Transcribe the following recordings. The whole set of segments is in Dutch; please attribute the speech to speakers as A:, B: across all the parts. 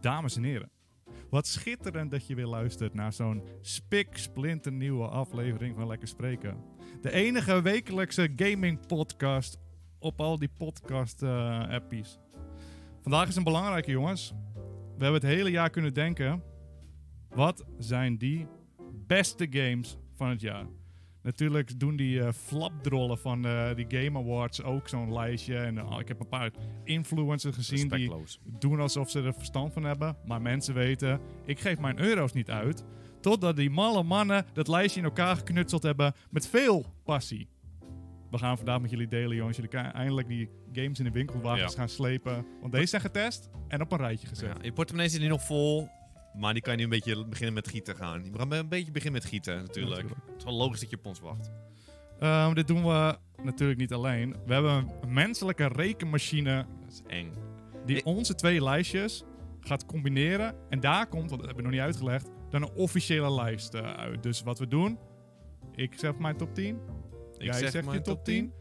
A: Dames en heren, wat schitterend dat je weer luistert naar zo'n spiksplinternieuwe aflevering van Lekker Spreken. De enige wekelijkse gaming podcast op al die podcast eh, appies. Vandaag is een belangrijke jongens. We hebben het hele jaar kunnen denken. Wat zijn die beste games van het jaar? Natuurlijk doen die eh, flapdrollen van eh, die Game Awards ook zo'n lijstje. En eh, ik heb een paar influencers gezien die
B: Respectloos.
A: doen alsof ze er verstand van hebben. Maar mensen weten, ik geef mijn euro's niet uit. Totdat die malle mannen dat lijstje in elkaar geknutseld hebben met veel passie. We gaan vandaag met jullie delen, jongens. Jullie kunnen eindelijk die games in de winkelwagens
B: Ja.
A: gaan slepen. Want deze zijn getest en op een rijtje gezet.
B: Ja, je portemonnee zit nu nog vol, maar die kan je nu een beetje beginnen met gieten gaan. We gaan een beetje beginnen met gieten, natuurlijk.
A: Natuurlijk.
B: Het is wel logisch dat je op ons wacht.
A: Ehm, dit doen we natuurlijk niet alleen. We hebben een menselijke rekenmachine
B: Dat is eng.
A: die
B: Ik-
A: onze twee lijstjes gaat combineren. En daar komt, want dat hebben we nog niet uitgelegd, dan een officiële lijst eh, uit. Dus wat we doen, ik zeg mijn top 10,
B: Ik
A: jij zegt je top 10.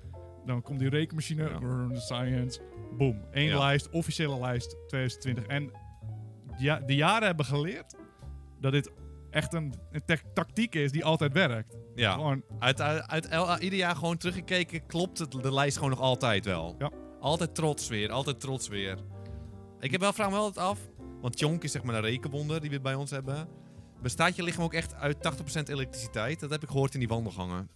A: Dan komt die rekenmachine,
B: Ja.
A: brrr, science, boom. Eén
B: Ja.
A: lijst, officiële lijst 2020. En ja, de jaren hebben geleerd dat dit echt een, een tac- tactiek is die altijd werkt.
B: Ja,
A: Gewoon,
B: uit, uit, uit el- eh, ieder jaar gewoon teruggekeken klopt het, de lijst gewoon nog altijd wel.
A: Ja.
B: Altijd trots weer, altijd trots weer. Ik heb wel, vraag me wel het af, want Jonk is zeg maar een rekenwonder die we bij ons hebben. Bestaat je lichaam ook echt uit 80% elektriciteit? Dat heb ik gehoord in die wandelgangen.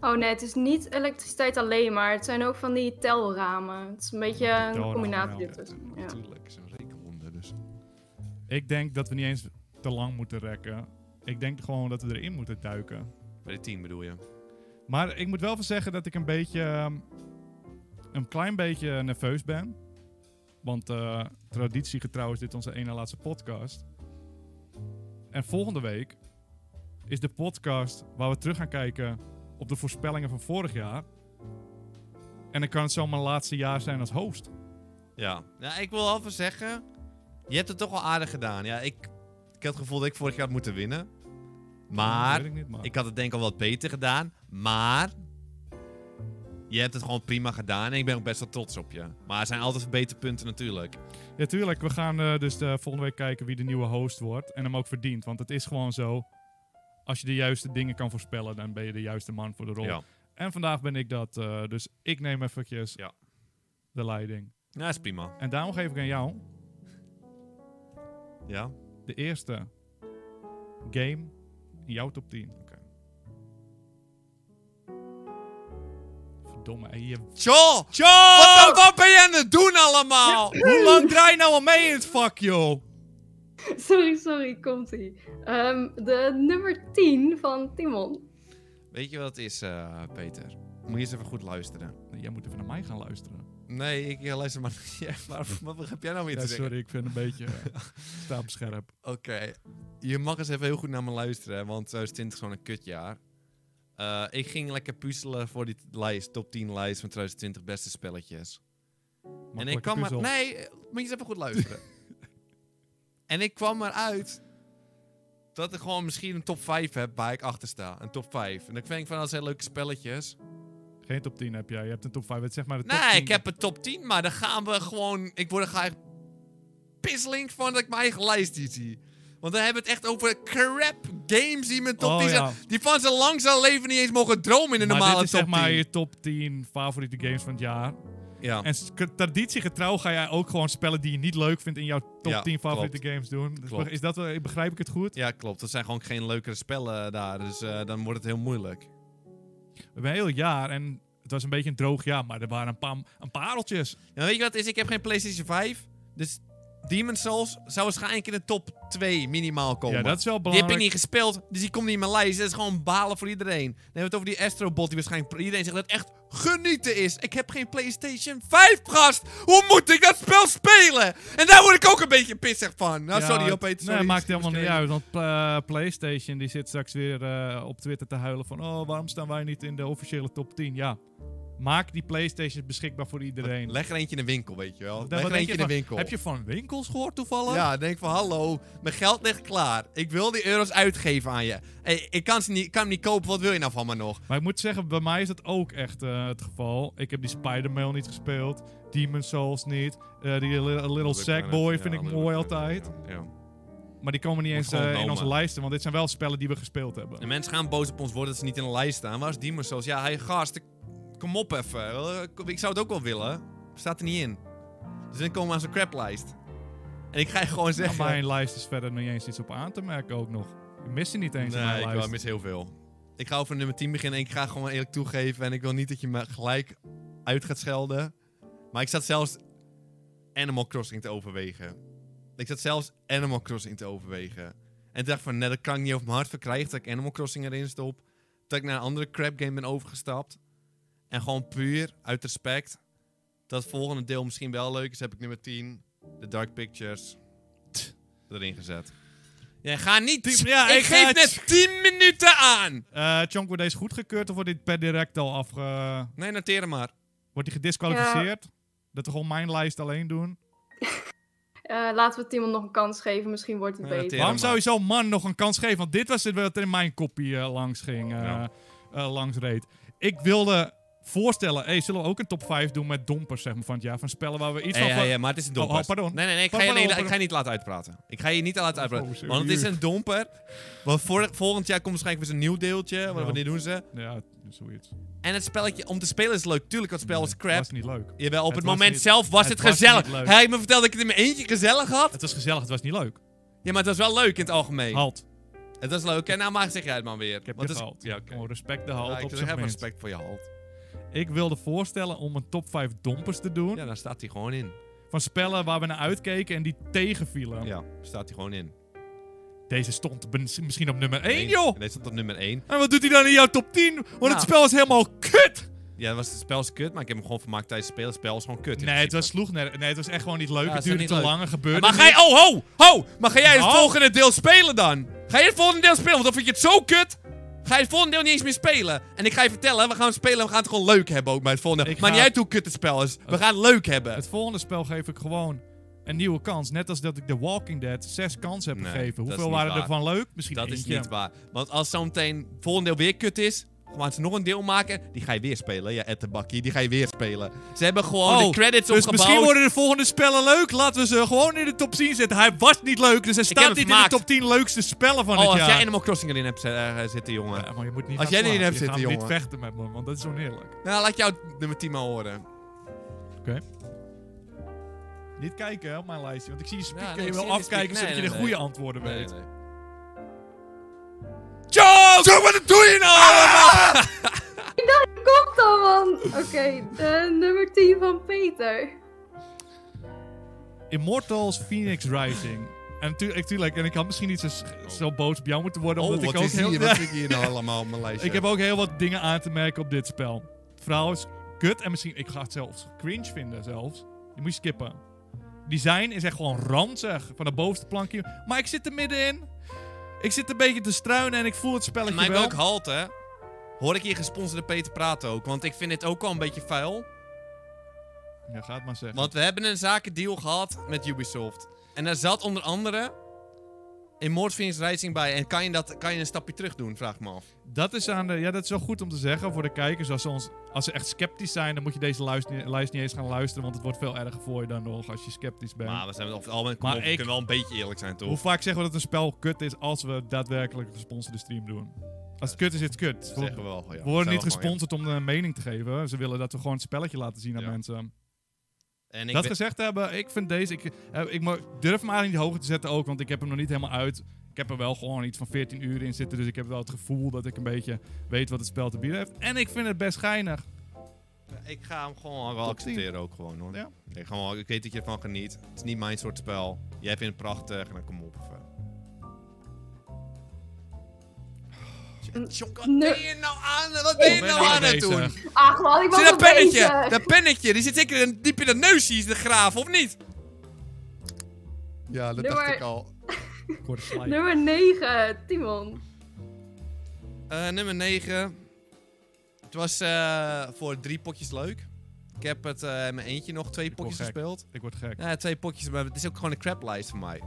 C: Oh nee, het is niet elektriciteit alleen maar. Het zijn ook van die telramen. Het is een beetje een
A: telramen,
C: combinatie
A: ja.
C: ertussen. Ja.
B: Natuurlijk, zo'n rekenwonder dus.
A: ik denk dat we niet eens te lang moeten rekken. Ik denk gewoon dat we erin moeten duiken.
B: Bij de 10 bedoel je?
A: Maar ik moet wel van zeggen dat ik een beetje. ehm, een klein beetje nerveus ben. Want eh, traditiegetrouw is dit onze ene laatste podcast. En volgende week is de podcast waar we terug gaan kijken op de voorspellingen van vorig jaar. En dan kan het zo mijn laatste jaar zijn als host.
B: Ja. ja, ik wil alvast zeggen, je hebt het toch wel aardig gedaan. Ja, ik, ik had het gevoel dat ik vorig jaar had moeten winnen. Maar,
A: Weet ik niet, maar.
B: ik had het denk ik al wat beter gedaan. Maar, je hebt het gewoon prima gedaan en ik ben ook best wel trots op je. Maar er zijn altijd verbeterpunten natuurlijk.
A: Ja, tuurlijk. We gaan eh, dus eh, volgende week kijken wie de nieuwe host wordt. En hem ook verdient. Want het is gewoon zo. Als je de juiste dingen kan voorspellen, dan ben je de juiste man voor de rol.
B: Ja.
A: En vandaag ben ik dat. eh, dus ik neem eventjes
B: Ja.
A: de leiding.
B: ja, is prima.
A: En daarom geef ik aan jou
B: Ja,
A: de eerste game in jouw top 10.
B: Oké.
A: Verdomme. En je...
B: Tjoh! Wat,
A: Wat
B: wat, wat ben je aan het doen allemaal?
A: dan- Hoe lang draai je nou al mee in het vak, joh?
C: Sorry, sorry, komt ie. de nummer 10 van Timon.
B: Weet je wat het is, eh, Peter? Moet je eens even goed luisteren.
A: Nee, Jij moet even naar mij gaan luisteren.
B: Nee, ik ja, luister maar. Ja, maar wat heb jij nou weer
A: Ja,
B: te zeggen?
A: sorry, ik vind een beetje... eh, sta op scherp.
B: Oké, je mag eens even heel goed naar me luisteren, want 2020 is gewoon een kutjaar. Eh, ik ging lekker puzzelen voor die lijst, top 10 lijst van 2020 beste spelletjes. en ik
A: Makkelijke
B: kwam
A: puzzel.
B: er... Nee, eh, moet je eens even goed luisteren. en ik kwam eruit dat ik gewoon misschien een top 5 heb waar ik achter sta. Een top 5. En dan vind ik van, dat zijn leuke spelletjes.
A: Geen top 10 heb jij. Je hebt een top 5. Het is zeg maar de top
B: Nee,
A: 10.
B: ik heb een top 10, maar dan gaan we gewoon... Ik word er ga ik pisseling van dat ik mijn eigen lijst niet zie. Want dan hebben we het echt over crap games die in mijn top
A: Oh,
B: 10 zijn.
A: ja.
B: Die van zijn langzaam leven niet eens mogen dromen in een
A: maar
B: normale
A: dit is
B: top
A: zeg maar
B: 10.
A: je top 10 favoriete games van het jaar.
B: Ja.
A: En s- k- traditiegetrouw ga jij ook gewoon spellen die je niet leuk vindt in jouw top
B: Ja,
A: 10 favoriete games doen. Dus
B: Klopt.
A: Is dat, wel- begrijp ik het goed?
B: ja, klopt. Dat zijn gewoon geen leukere spellen daar. Dus eh, dan wordt het heel moeilijk.
A: We hebben een heel jaar en het was een beetje een droog jaar, maar er waren een paar, een paar pareltjes.
B: Ja, weet je wat het is? Ik heb geen PlayStation 5. Dus Demon's Souls zou waarschijnlijk in de top 2 minimaal komen.
A: Ja, dat is wel
B: Die heb
A: belangrijk.
B: ik niet gespeeld, dus die komt niet in mijn lijst. Dat is gewoon balen voor iedereen. Dan hebben we het over die Astrobot, die waarschijnlijk iedereen zegt dat het echt genieten is. Ik heb geen PlayStation 5, gast! Hoe moet ik dat spel spelen? En daar word ik ook een beetje pissig van. Nou,
A: Ja,
B: sorry op
A: het-
B: Peter,
A: Nee,
B: sorry.
A: maakt helemaal niet
B: Misschien-
A: uit, want eh, PlayStation die zit straks weer eh, op Twitter te huilen van... Oh, waarom staan wij niet in de officiële top 10? Ja, Maak die PlayStation beschikbaar voor iedereen.
B: Leg er eentje in de winkel, weet je wel.
A: Wat-
B: Leg
A: wat
B: er
A: denk
B: eentje in
A: van-
B: de winkel.
A: Heb je van winkels gehoord toevallig?
B: Ja, dan denk ik van hallo, mijn geld ligt klaar. Ik wil die euro's uitgeven aan je. Hey, ik kan, ze niet, kan hem niet kopen, wat wil je nou van me nog?
A: Maar ik moet zeggen, bij mij is dat ook echt eh, het geval. Ik heb die Spider-Man niet gespeeld. Demon Souls niet. eh, die li- Little Sackboy vind ik mooi altijd. Maar die komen niet
B: Moet
A: eens
B: eh, gewoon
A: eh, in
B: nomen.
A: onze lijsten, want dit zijn wel spellen die we gespeeld hebben.
B: De mensen gaan boos op ons worden dat ze niet in de lijst staan. Waar is Demon Souls? Ja, hey, gast, ik- kom op even. Eh, kom- Ik zou het ook wel willen. Staat er niet in. Dus dan komen we aan zo'n craplijst. En ik ga je gewoon
A: Maar
B: zeggen...
A: mijn lijst is verder niet eens iets op aan te merken ook nog. Ik mis ze niet eens in mijn
B: nee, ik
A: lijst.
B: wel, mis heel veel. Ik ga over nummer 10 beginnen en ik ga gewoon eerlijk toegeven. En ik wil niet dat je me gelijk uit gaat schelden. Maar ik zat zelfs Animal Crossing te overwegen. Ik zat zelfs Animal Crossing te overwegen. En ik dacht van, nee, dat kan ik niet over mijn hart verkrijgen dat ik Animal Crossing erin stop. Dat ik naar een andere crap game ben overgestapt. En gewoon puur, uit respect, dat het volgende deel misschien wel leuk is, heb ik nummer 10, The Dark Pictures, erin gezet. Ja, ga niet.
A: Tien- ja,
B: ik,
A: ik
B: geef
A: ga-
B: net 10 minuten aan.
A: Eh, Chonk, wordt deze goedgekeurd of wordt dit per direct al afge...
B: Nee, noteer hem maar.
A: Wordt die gedisqualificeerd? Dat we gewoon mijn lijst alleen doen?
C: Eh, laten we het iemand nog een kans geven, misschien wordt het
B: Ja, dat
C: beter.
B: is-
A: Waarom zou
B: maar.
A: je zo'n man nog een kans geven? Want dit was het wat er in mijn kopie eh, langs ging, eh,
B: Ja.
A: eh, langs reed. Ik wilde voorstellen, hey, zullen we ook een top 5 doen met dompers zeg maar, van het jaar? Van spellen waar we iets
B: ja,
A: van...
B: ja, ja, maar het is een domper.
A: Oh, oh, pardon.
B: Nee, nee, nee, ik ga,
A: Pardon,
B: je, nee,
A: pardon,
B: ik ga je niet laten uitpraten. Ik ga je niet laten uitpraten.
A: Oh,
B: want het is
A: serieus.
B: een domper. Want vor- volgend jaar komt waarschijnlijk weer zo'n nieuw deeltje. Maar
A: Ja.
B: wanneer doen ze?
A: Ja, zoiets.
B: En het spelletje om te spelen is leuk. Tuurlijk, dat spel was
A: Dat
B: crap.
A: was niet leuk.
B: Jawel, op het,
A: Het was
B: moment
A: niet-
B: zelf was het,
A: het was
B: gezellig.
A: niet leuk.
B: Hij heeft me verteld dat ik het in mijn eentje gezellig had.
A: Het was gezellig, het was niet leuk.
B: Ja, maar het was wel leuk in het algemeen.
A: Halt.
B: Het was leuk. En nou maak zeg jij het maar weer.
A: Ik heb
B: Want
A: je
B: het is-
A: gehaald.
B: Ja, oké.
A: Gewoon respect de halt
B: Ja, ik
A: op
B: zeg,
A: zijn
B: heb
A: minst.
B: respect voor je halt.
A: Ik wilde voorstellen om een top 5 dompers te doen.
B: Ja, daar staat hij gewoon in.
A: Van spellen waar we naar uitkeken en die tegenvielen.
B: Ja, staat hij gewoon in.
A: Deze stond bens- misschien op nummer 1,
B: Eén.
A: joh.
B: En deze stond op nummer 1.
A: En wat doet hij dan in jouw top 10? Want
B: Nou.
A: het spel was helemaal kut.
B: Ja, dat was het spel is kut, maar ik heb hem gewoon vermaakt tijdens het spelen. Het spel is gewoon kut. in
A: Nee, het
B: principe.
A: was sloeg. Nee, nee, het was echt gewoon niet leuk.
B: Ja,
A: het
B: het was
A: duurde
B: niet
A: te
B: leuk.
A: lang. Het gebeurde
B: Maar ga
A: niks.
B: je... Oh, ho! Ho! Maar ga jij het
A: Nou?
B: volgende deel spelen dan? Ga je het volgende deel spelen? Want dan vind je het zo kut. Ga je het volgende deel niet eens meer spelen. En ik ga je vertellen, we gaan het spelen en we gaan het gewoon leuk hebben ook bij het volgende.
A: Ik
B: Maar
A: ga-
B: niet uit hoe kut het spel is. We gaan het leuk hebben.
A: Het volgende spel geef ik gewoon een nieuwe kans. Net als dat ik The Walking Dead zes kansen heb
B: Nee,
A: gegeven.
B: dat is
A: Hoeveel
B: niet
A: waren er
B: waar.
A: van leuk? Misschien
B: Dat is
A: eentje.
B: niet waar. Want als zometeen het volgende deel weer kut is, gaan ze nog een deel maken. Die ga je weer spelen. Ja, Ettenbakkie, die ga je weer spelen. Ze hebben gewoon Oh, de credits
A: dus
B: opgebouwd.
A: misschien worden de volgende spellen leuk. Laten we ze gewoon in de top 10 zetten. Hij was niet leuk, dus hij
B: heb
A: staat
B: hem
A: niet in de
B: vermaakt.
A: top 10 leukste spellen van
B: Oh,
A: het
B: als
A: jaar.
B: jij Animal Crossing erin hebt eh, zitten, jongen.
A: Ja, maar je moet niet
B: Als
A: gaan
B: jij erin
A: slapen. Je
B: hebt
A: gaat
B: zitten,
A: niet
B: jongen.
A: vechten met me, want dat is oneerlijk.
B: Nou, laat jou nummer 10 maar horen.
A: Oké. Niet kijken hè, op mijn lijstje, want ik zie je spieken
B: nee,
A: en je
B: ik
A: wil
B: zie je
A: afkijken
B: spieken.
A: zodat
B: Nee,
A: je de
B: nee,
A: goede
B: nee.
A: antwoorden weet.
B: Joe! Zo, wat doe je nou allemaal?
C: Komt dan, man! Oké, de nummer 10 van Peter.
A: Immortals Phoenix Rising. En natuurlijk, natuurlijk, en ik had misschien niet zo, zo boos op jou moeten worden, omdat ik ook heel...
B: ik Oh, hier nou allemaal op mijn lijstje?
A: ik heb ook heel wat dingen aan te merken op dit spel. Het verhaal is kut en misschien, ik ga het zelfs cringe vinden zelfs. Die moet je skippen. Design is echt gewoon ranzig, van de bovenste plank hier. Maar ik zit er middenin. Ik zit een beetje te struinen en ik voel het spelletje
B: Maar ik
A: wel.
B: wil ook halt, hè. Hoor ik hier gesponsorde Peter praten ook? Want ik vind dit ook wel een beetje vuil.
A: Ja, ga het maar zeggen.
B: Want we hebben een zakendeal gehad met Ubisoft. En daar zat onder andere... Immortals Phoenix Rising bij. En kan je, dat, kan je een stapje terug doen, vraag ik me af.
A: Dat is, aan de, ja, dat is wel goed om te zeggen voor de kijkers. Als ze, ons, als ze echt sceptisch zijn, dan moet je deze luist- lijst niet eens gaan luisteren. Want het wordt veel erger voor je dan nog als je sceptisch bent.
B: Maar we zijn over het algemeen...
A: Maar
B: Maar
A: ik-
B: we kunnen wel een beetje eerlijk zijn, toch?
A: Hoe vaak zeggen we dat een spel kut is als we daadwerkelijk een gesponsorde stream doen? Als het kut is, is het kut.
B: Dat
A: We,
B: zeggen we wel. ja.
A: we worden niet
B: Dat zijn we gewoon,
A: gesponsord om een mening te geven. Ze willen dat we gewoon het spelletje laten zien aan
B: Ja.
A: mensen.
B: ja. En ik
A: dat
B: we-
A: gezegd hebben, ik vind deze... Ik, eh, ik mo- durf hem eigenlijk niet hoger te zetten ook, want ik heb hem nog niet helemaal uit. Ik heb er wel gewoon iets van 14 uur in zitten. Dus ik heb wel het gevoel dat ik een beetje weet wat het spel te bieden heeft. En ik vind het best geinig.
B: Ik ga hem gewoon wel
A: Top
B: accepteren ook gewoon hoor.
A: Ja.
B: Ik, ga wel, ik weet dat je ervan geniet. Het is niet mijn soort spel. Jij vindt het prachtig en dan kom op.
C: Mm,
B: John, wat
C: nee.
B: ben je nou aan, wat ben je
A: ben
B: nou
A: ik
B: aan het
A: bezig.
B: doen?
C: Ach man, Ah, ik was
B: Zie dat
C: al
B: pennetje,
C: bezig.
B: dat pennetje. Die zit zeker in- diep in dat neusje, is de graaf, of niet? Ja,
C: dat dacht Nummer- ik
B: al.
A: Korte slide.
C: Nummer 9, Timon.
B: nummer 9. Eh, Het was eh, voor drie potjes leuk. Ik heb het eh, in mijn eentje nog twee
A: Ik word
B: potjes
A: gek.
B: gespeeld.
A: Ik word gek.
B: Ja, twee potjes, maar het is ook gewoon een craplijst voor mij.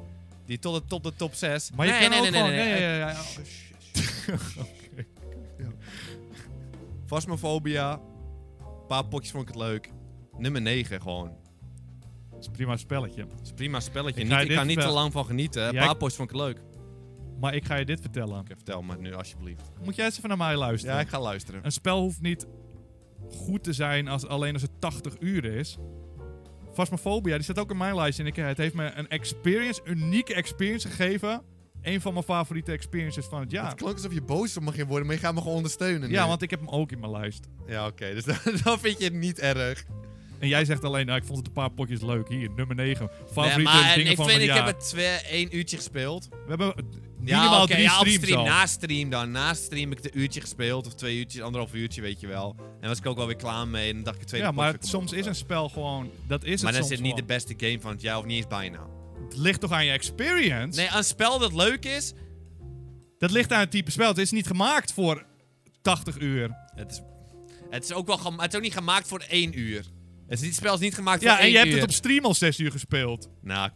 B: Die tot de top, de top 6.
A: Maar je
B: nee,
A: kan
B: nee,
A: ook
B: nee, nee,
A: gewoon...
B: nee, nee.
A: ja, ja, ja. Oh, shit. Oké.
B: Phasmophobia. Een paar potjes vond ik het leuk. Nummer 9 gewoon.
A: Het is een prima spelletje.
B: Het is een prima spelletje.
A: Ik
B: Ik,
A: ga je
B: ik
A: dit
B: kan niet te
A: vertellen.
B: lang van genieten. Een
A: Jij-
B: paar potjes vond ik het leuk. Oké,
A: Maar ik ga je dit vertellen.
B: vertel me nu alsjeblieft.
A: Moet jij eens even naar mij luisteren?
B: Ja, ik ga luisteren.
A: Een spel hoeft niet goed te zijn als, alleen als het 80 uur is. Phasmophobia, die staat ook in mijn lijstje. En ik, het heeft me een experience, unieke experience gegeven. Een van mijn favoriete experiences van het
B: Het
A: jaar.
B: klonk alsof je boos op mag worden, maar je gaat me gewoon ondersteunen.
A: Ja,
B: nu.
A: want ik heb hem ook in mijn lijst.
B: Ja, oké. dus dan, dan vind je het niet erg.
A: En jij zegt alleen, nou, ik vond het een paar potjes leuk. Hier, nummer 9. Favoriete
B: Nee, maar
A: dingen
B: ik
A: van
B: vind,
A: het
B: ik
A: jaar.
B: heb het twee, één uurtje gespeeld.
A: We hebben eh,
B: Ja,
A: minimaal
B: oké,
A: drie
B: ja, op
A: streams
B: stream, Nou,
A: al.
B: na stream dan. Na stream heb ik een uurtje gespeeld, of twee uurtjes, anderhalf uurtje, weet je wel. En was ik ook wel weer klaar mee en dan dacht ik het tweede
A: Ja, maar
B: potje
A: het- soms
B: komt
A: is
B: wel.
A: een spel gewoon... Dat is het
B: Maar dan
A: soms
B: zit niet de
A: gewoon.
B: beste game van het jaar, of niet eens bijna.
A: Het ligt toch aan je experience?
B: Nee, een spel dat leuk is,
A: Dat ligt aan het type spel. Het is niet gemaakt voor 80 uur.
B: het is, het is, ook, wel gem- het is ook niet gemaakt voor één uur. Het, is, niet- het spel is niet gemaakt
A: Ja,
B: voor
A: en
B: één
A: je
B: uur.
A: hebt het op stream al 6 uur gespeeld.
B: Nou,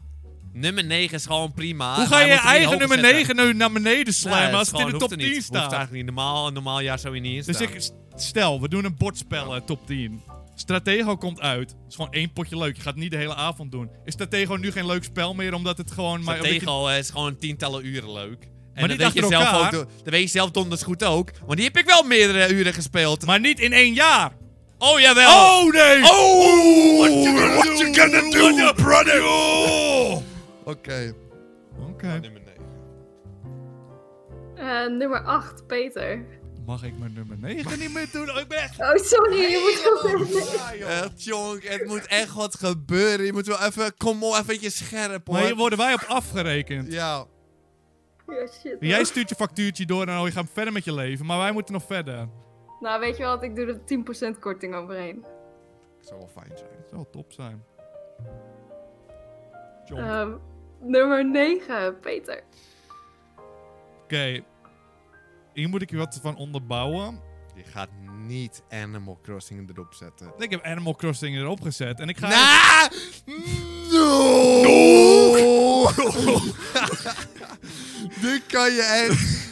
B: nummer 9 is gewoon prima.
A: Hoe ga
B: maar
A: je
B: moet hem niet
A: eigen
B: hoger
A: nummer
B: zetten.
A: 9 nu naar beneden
B: Nee,
A: slijmen
B: dat
A: als
B: is
A: het in de
B: gewoon-
A: top
B: hoeft er niet.
A: 10
B: Hoeft
A: staat?
B: eigenlijk niet. Normaal, een normaal jaar zou je niet in
A: Dus
B: staan.
A: ik s- stel, we doen een bordspellen top 10. Stratego komt uit. Het is gewoon één potje leuk. Je gaat het niet de hele avond doen. Is Stratego nu geen leuk spel meer omdat het gewoon... Maar, omdat je-
B: Stratego is gewoon tientallen uren leuk. En
A: Maar
B: dat
A: niet
B: weet, je
A: achter
B: zelf ook,
A: elkaar.
B: do- dat weet je zelf donders goed ook. Want die heb ik wel meerdere uren gespeeld.
A: maar niet in één jaar.
B: Oh, jawel.
A: Oh nee!
B: Oh, what
A: what you gonna do,
B: brother? Oké.
A: Oké.
B: Nummer 9.
C: Eh, nummer 8, Peter.
A: Mag ik mijn nummer 9 niet meer doen? Oh, ik ben echt...
C: Oh, sorry, je moet
B: Echt, jongen, het moet echt wat gebeuren. Je moet wel even, kom op, eventjes scherp, hoor.
A: Maar hier worden wij op afgerekend.
B: Ja.
C: Ja, shit.
A: Jij stuurt je factuurtje door en oh, je gaat verder met je leven. Maar wij moeten nog verder. Dat
C: Nou, weet je wat, ik doe er 10% korting overheen.
B: Dat zou wel fijn zijn.
A: zou wel top zijn. John.
C: Ehm, nummer 9, Peter.
A: Oké. Hier moet ik je wat van onderbouwen.
B: Je gaat niet Animal Crossing erop zetten.
A: Ik heb Animal Crossing erop gezet. En ik ga...
B: Na! No! Dit kan je echt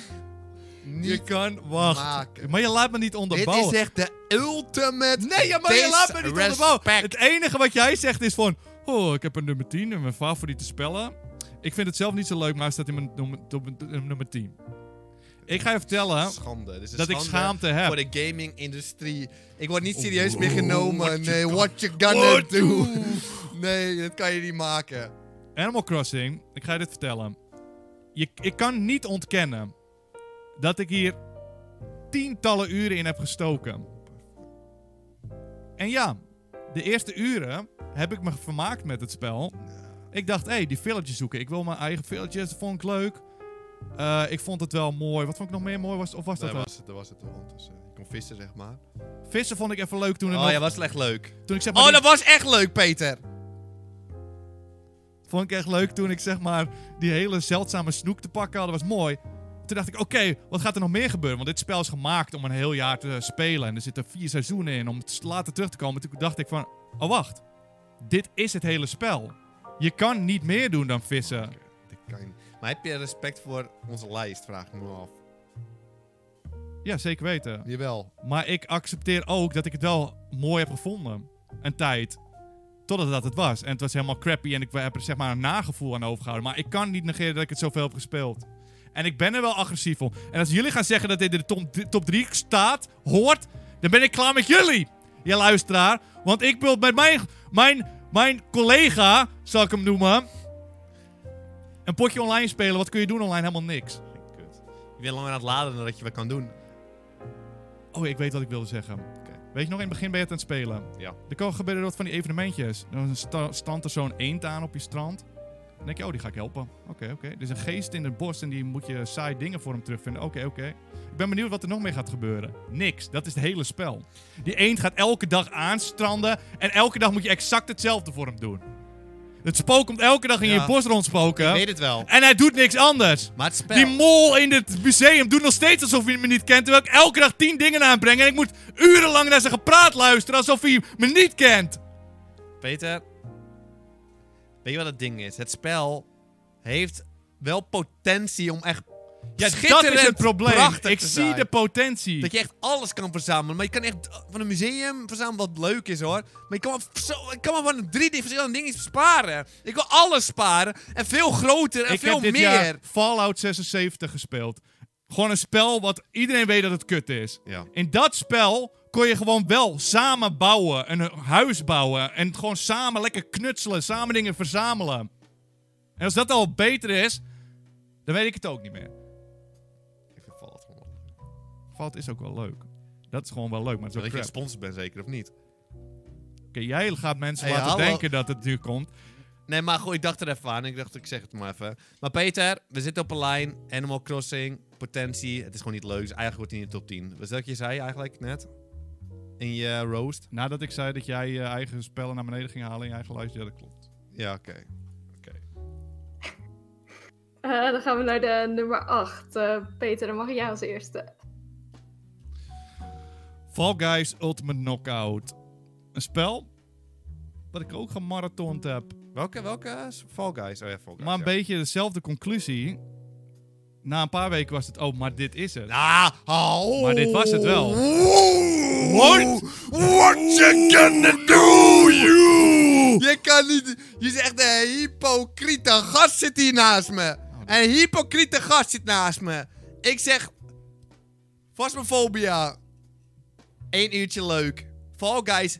A: je
B: niet
A: kan... Wacht.
B: maken.
A: Maar je laat me niet
B: Dit
A: onderbouwen.
B: is echt de ultimate
A: Nee, ja, maar je laat me niet onderbouwen.
B: disrespect.
A: Het enige wat jij zegt is van... Oh, ik heb een nummer 10 en mijn favoriete spellen. Ik vind het zelf niet zo leuk, maar hij staat in mijn nummer, top- nummer 10. Ik ga je vertellen
B: Schande. Dit is een
A: dat ik
B: schande
A: schaamte heb.
B: Voor de gaming-industrie. Ik word niet
A: Oh,
B: serieus meer
A: oh, what
B: genomen.
A: you
B: Nee,
A: gonna-
B: what you gonna
A: What
B: do?
A: you-
B: Nee, dat kan je niet maken.
A: Animal Crossing, ik ga je dit vertellen. Je, ik kan niet ontkennen dat ik hier tientallen uren in heb gestoken. En ja, de eerste uren heb ik me vermaakt met het spel. Ik dacht, hé, hey, die villages zoeken. Ik wil mijn eigen villages, dat vond ik leuk. Eh, ik vond het wel mooi. Wat vond ik nog meer mooi? Was, of was dat
B: Dat
A: wel?
B: was het, dat was het wel ondertussen. Je kon vissen, zeg maar.
A: Vissen vond ik even leuk toen, het
B: Oh
A: nog-
B: ja, was echt leuk.
A: toen ik zeg maar...
B: Oh,
A: die-
B: dat was echt leuk, Peter.
A: Vond ik echt leuk toen ik zeg maar die hele zeldzame snoek te pakken had. Dat was mooi. Toen dacht ik, oké, wat gaat er nog meer gebeuren? Want dit spel is gemaakt om een heel jaar te eh, spelen. En er zitten vier seizoenen in om t- later terug te komen. Toen dacht ik van, oh wacht. Dit is het hele spel. Je kan niet meer doen dan vissen.
B: Dit kan je niet. Maar heb je respect voor onze lijst, vraag ik me af.
A: Ja, zeker weten.
B: Jawel.
A: Maar ik accepteer ook dat ik het wel mooi heb gevonden. Een tijd. Totdat dat het was. En het was helemaal crappy en ik heb er zeg maar een nagevoel aan overgehouden. Maar ik kan niet negeren dat ik het zoveel heb gespeeld. En ik ben er wel agressief om. En als jullie gaan zeggen dat dit in de top- top 3 staat, hoort, dan ben ik klaar met jullie. Ja, luisteraar. Want ik wil met mijn, mijn, mijn collega, zal ik hem noemen, een potje online spelen. Wat kun je doen online? Helemaal niks.
B: Kut. Je bent langer aan het laden dan dat je wat kan doen.
A: Oh, ik weet wat ik wilde zeggen. Weet je nog, in het begin ben je het aan het spelen.
B: Ja.
A: Er kan gebeuren wat van die evenementjes. Dan sta- strandt er zo'n eend aan op je strand. Dan denk je, oh, die ga ik helpen. Oké, oké. Er is een geest in het bos en die moet je saai dingen voor hem terugvinden. Oké, oké. Ik ben benieuwd wat er nog meer gaat gebeuren. Niks. Dat is het hele spel. Die eend gaat elke dag aanstranden en elke dag moet je exact hetzelfde voor hem doen. Het spook komt elke dag in
B: Ja.
A: je borst rondspoken.
B: Ik weet het wel.
A: En hij doet niks anders.
B: Maar het spel.
A: Die mol in het museum doet nog steeds alsof hij me niet kent. Terwijl ik elke dag tien dingen aanbreng. En ik moet urenlang naar zijn gepraat luisteren alsof hij me niet kent.
B: Peter, weet je wat het ding is? Het spel heeft wel potentie om echt
A: Ja, dat
B: schitterend,
A: is het probleem.
B: prachtig
A: Ik
B: te
A: zie
B: zijn.
A: de potentie.
B: Dat je echt alles kan verzamelen. Maar je kan echt eh, van een museum verzamelen wat leuk is hoor. Maar je kan maar, zo, ik kan maar van drie di- verschillende dingen sparen. Ik wil alles sparen. En veel groter en
A: ik
B: veel
A: heb dit
B: meer.
A: jaar Fallout 76 gespeeld. Gewoon een spel wat iedereen weet dat het kut is.
B: Ja.
A: In dat spel kon je gewoon wel samen bouwen. Een huis bouwen. En gewoon samen lekker knutselen. Samen dingen verzamelen. En als dat al beter is, dan weet ik het ook niet meer.
B: Ik vind Fallout gewoon leuk.
A: Fallout is ook wel leuk. Dat is gewoon wel leuk, maar het is
B: Dat
A: ook
B: ik geen
A: crap.
B: sponsor ben zeker, of niet?
A: Oké, jij gaat mensen
B: Hey,
A: laten
B: hallo.
A: denken dat het nu komt.
B: Nee, maar goed, ik dacht er even aan. Ik dacht, ik zeg het maar even. Maar Peter, we zitten op een lijn. Animal Crossing, potentie. Het is gewoon niet leuk. Dus eigenlijk wordt hij niet in de top 10. Was dat wat je zei eigenlijk net? In je roast?
A: Nadat ik zei dat jij je eigen spellen naar beneden ging halen in je eigen lijstje, ja, dat klopt.
B: Ja, oké.
C: Eh, dan gaan we naar de nummer 8. Peter, dan mag jij als eerste.
A: Fall Guys Ultimate Knockout. Een spel wat ik ook gemarathond heb.
B: Welke, welke? Fall Guys? Oh ja, Fall Guys.
A: Maar een
B: ja.
A: beetje dezelfde conclusie. Na een paar weken was het, oh, maar dit is het.
B: Ah, oh.
A: Maar dit was het wel.
B: Oeh.
A: What?
B: What you gonna do, you? Je kan niet... Je is echt een hypocriete gast zit hier naast me. Een hypocriete gast zit naast me. Ik zeg... Fasmofobia. Eén uurtje leuk. Fall Guys.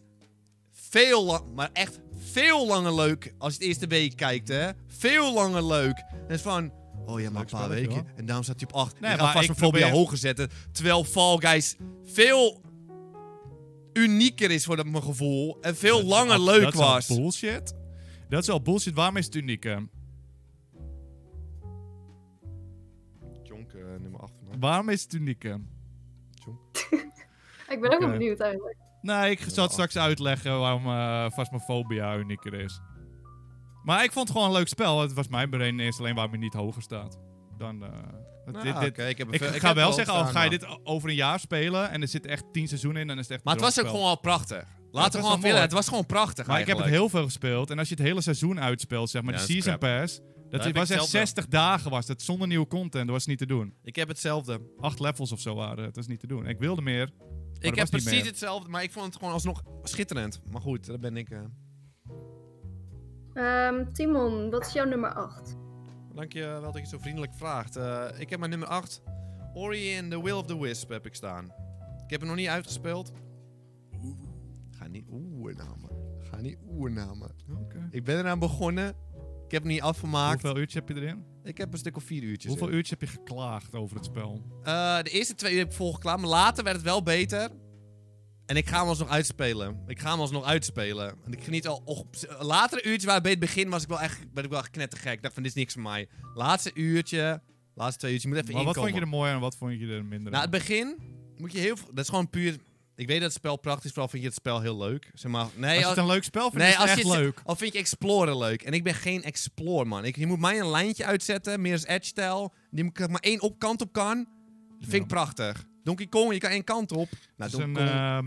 B: Veel lang... Maar echt veel langer leuk als je het eerste week kijkt, hè. Veel langer leuk. En is van... Oh ja, maar een
A: Leuk
B: paar
A: spelletje,
B: weken. En daarom staat hij op 8.
A: Nee,
B: Nee,
A: maar
B: maar vast
A: ik
B: een fobia
A: probeer-
B: hoger zetten. Terwijl Fall Guys veel unieker is voor dat- mijn gevoel. En veel langer
A: Dat-
B: leuk
A: dat is al
B: was.
A: bullshit. Dat is al bullshit. Waarom is het uniek? hè?
B: Jonk, eh, nummer 8
A: Waarom is het uniek? hè?
C: Ik ben ook wel
A: Oké.
C: benieuwd eigenlijk.
A: Nou, ik zal
B: Nummer
A: het straks uitleggen waarom eh Phasmophobia unieker is. Maar ik vond het gewoon een leuk spel. Het was mijn brein eerst alleen waarom het niet hoger staat. Dan, eh, dit, dit-
B: Nou, ik, heb er
A: Ik
B: veel-
A: ga
B: heb er
A: wel zeggen, al
B: staan,
A: ga je
B: man.
A: dit o- over een jaar spelen en er zitten echt tien seizoenen in, dan is het echt
B: Maar het
A: een
B: was ook
A: droog
B: gewoon al prachtig.
A: was
B: Laten we
A: wel
B: gewoon willen.
A: mooi.
B: Het was gewoon prachtig
A: Maar ik heb het
B: eigenlijk.
A: heel veel gespeeld. En als je het hele seizoen uitspeelt, zeg maar,
B: Ja,
A: de
B: dat is
A: season pass. Dat
B: heb ik
A: was echt
B: zelf wel.
A: 60 dagen was dat, zonder nieuwe content. Dat was niet te doen.
B: Ik heb hetzelfde.
A: Acht levels of zo waren het, dat is niet te doen. Ik wilde meer.
B: Ik
A: dat
B: heb
A: was niet
B: precies
A: meer.
B: hetzelfde, maar ik vond het gewoon alsnog schitterend. Maar goed, daar ben ik. eh.
C: Ehm, Timon, wat is jouw nummer 8?
B: Dank je wel dat je zo vriendelijk vraagt. Eh, ik heb mijn nummer 8. Ori and the Will of the Wisp heb ik staan. Ik heb hem nog niet uitgespeeld. Ga niet oernamen. Ga niet oernamen. Ik ben eraan begonnen. Ik heb hem niet afgemaakt.
A: Hoeveel uurtjes heb je erin?
B: Ik heb een stuk of vier uurtjes.
A: Hoeveel
B: in.
A: uurtjes heb je geklaagd over het spel?
B: Eh, de eerste twee uur heb ik volgeklaar, maar later werd het wel beter. En ik ga hem alsnog uitspelen. Ik ga hem alsnog uitspelen. En ik geniet al... och, op- latere uurtje waar bij het begin was ik wel echt, ben ik wel echt knettergek. Ik dacht van, dit is niks voor mij. Laatste uurtje, laatste twee uurtjes, je moet even
A: Maar wat vond
B: inkomen. Nou,
A: je er mooi en wat vond je er minder
B: Na
A: aan?
B: het begin moet je heel veel... Dat is gewoon puur... Ik weet dat het spel prachtig is, vooral vind je het spel heel leuk. Zeg maar, nee,
A: Als je het een leuk spel vindt,
B: Nee,
A: is het
B: als
A: dus echt
B: je het-
A: leuk.
B: Al vind je Explorer leuk. En ik ben geen Explorer, man. Ik, je moet mij een lijntje uitzetten, meer als Edge-stijl. Die ik maar één op kant op kan. Dat vind
A: Ja.
B: ik prachtig. Donkey Kong, je kan één kant op. Nou,
A: Het is
B: Donkey
A: een
B: Kong-
A: eh,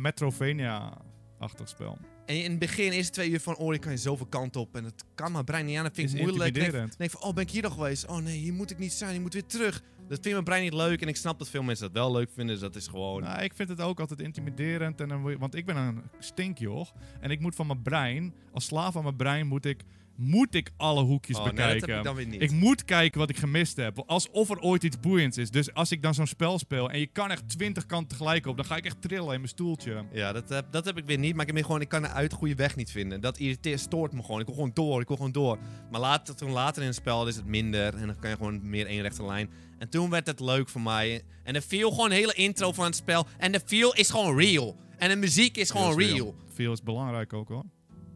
A: Metrovania-achtig spel.
B: En in het begin, de eerste twee uur van Ori, kan je zoveel kant op. En dat kan mijn brein niet aan. Dat vind
A: Is
B: ik moeilijk. Dan denk ik
A: intimiderend.
B: denk ik van, oh, ben ik hier nog geweest? Oh nee, hier moet ik niet zijn. Ik moet weer terug. Dat vindt mijn brein niet leuk. En ik snap dat veel mensen dat wel leuk vinden. Dus dat is gewoon...
A: Nou, ik vind het ook altijd intimiderend. En dan, word je- want ik ben een stinkjoch. En ik moet van mijn brein, als slaaf aan mijn brein, moet ik, moet ik alle hoekjes
B: Oh, nee, dat heb
A: bekijken.
B: ik dan weer niet.
A: Ik moet kijken wat ik gemist heb. Alsof er ooit iets boeiends is. Dus als ik dan zo'n spel speel en je kan echt twintig kanten tegelijk op, dan ga ik echt trillen in mijn stoeltje.
B: Ja, dat heb, dat heb ik weer niet. Maar ik, heb meer gewoon, ik kan de uitgoede weg niet vinden. Dat irriteert, stoort me gewoon. Ik wil gewoon door, ik wil gewoon door. Maar later, toen later in het spel is het minder. En dan kan je gewoon meer één rechte lijn. En toen werd het leuk voor mij. En er viel gewoon een hele intro van het spel. En de feel is gewoon real. En de muziek is gewoon real.
A: Veel is belangrijk ook hoor.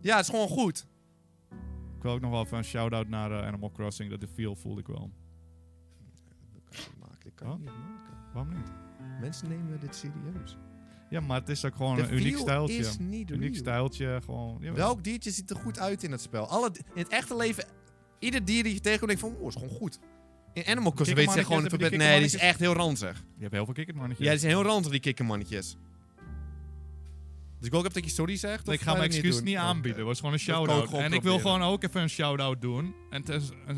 B: Ja, het is gewoon goed.
A: Ik wil ook nog wel even een shout-out naar eh, Animal Crossing. Dat de feel voelde ik wel.
B: Dat kan ik niet maken.
A: kan ik
B: maken.
A: Waarom niet?
B: Mensen nemen dit serieus.
A: Ja, maar het is ook gewoon
B: De
A: een uniek
B: feel
A: stijltje.
B: is niet
A: uniek
B: real.
A: stijltje, gewoon. ja,
B: Welk diertje ziet er goed uit in het spel? Alle, di- in het echte leven, ieder dier die je tegenkomt, denk je van, oh, is gewoon goed. In Animal Crossing weet je
A: kikkermannetjes,
B: gewoon,
A: heb je
B: verbe-
A: die
B: nee, die is
A: kikkermannetjes?
B: echt heel ranzig.
A: Je hebt heel veel kikkermannetjes.
B: Ja, die zijn heel ranzig, die kikkermannetjes. Dus ik wil ook even dat je sorry zegt?
A: Nee,
B: of
A: ik ga
B: wij
A: mijn
B: dat
A: excuus
B: doen? Oh,
A: niet
B: Oké.
A: aanbieden. Het was gewoon een
B: kan ik
A: shout-out. En
B: gewoon
A: ik wil
B: proberen.
A: gewoon ook even een shout-out doen. En het is, eh,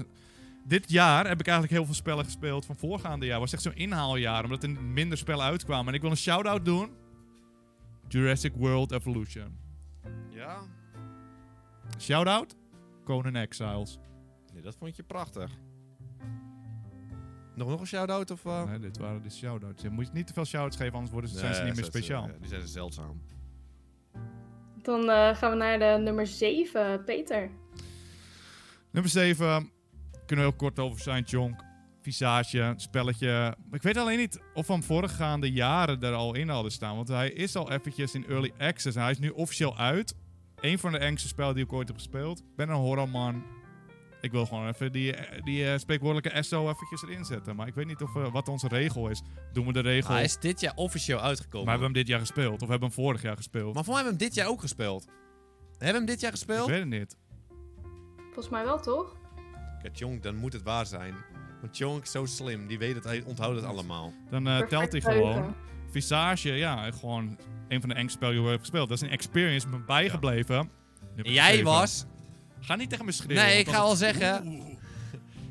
A: dit jaar heb ik eigenlijk heel veel spellen gespeeld van voorgaande jaar. was echt zo'n inhaaljaar, omdat er minder spellen uitkwamen. En ik wil een shout-out doen. Jurassic World Evolution.
B: Ja?
A: Shout-out? Conan Exiles.
B: Nee, dat vond je prachtig. Nog, nog een shout-out of... eh?
A: Nee, dit waren de shout-outs. Je moet niet te veel shout-outs geven, anders worden ze, zijn ze
B: Nee,
A: niet meer speciaal.
B: eh, Die zijn ze zeldzaam.
C: Dan eh, gaan we naar de nummer 7, Peter.
A: Nummer 7. Kunnen we heel kort over zijn, Jonk. Visage, spelletje. Ik weet alleen niet of van voorgaande jaren er al in hadden staan. Want hij is al eventjes in early access. En hij is nu officieel uit. Eén van de engste spellen die ik ooit heb gespeeld. Ik ben een horrorman. Ik wil gewoon even die, eh, die eh, spreekwoordelijke SO eventjes erin zetten. Maar ik weet niet of, eh, wat onze regel is. Doen we de regel.
B: Hij Ah, is dit jaar officieel uitgekomen.
A: maar hebben we hem dit jaar gespeeld? Of hebben we hem vorig jaar gespeeld?
B: Maar voor mij hebben we hem dit jaar ook gespeeld. Hebben we hem dit jaar
A: ik
B: gespeeld?
A: weet het niet.
C: Volgens mij wel, toch?
B: Ja, Tjonk, dan moet het waar zijn. Want Tjonk is zo slim, die weet het, hij onthoudt het allemaal.
A: Dan eh, telt
C: Perfect
A: hij
C: geheugen.
A: gewoon. Visage, ja, gewoon een van de engste spellen die we hebben gespeeld. Dat is een experience me bijgebleven. Nummer
B: En jij
A: zeven.
B: was...
A: Ga niet tegen me schreeuwen.
B: Nee, ik
A: want
B: ga al
A: anders-
B: zeggen...
A: Oeh.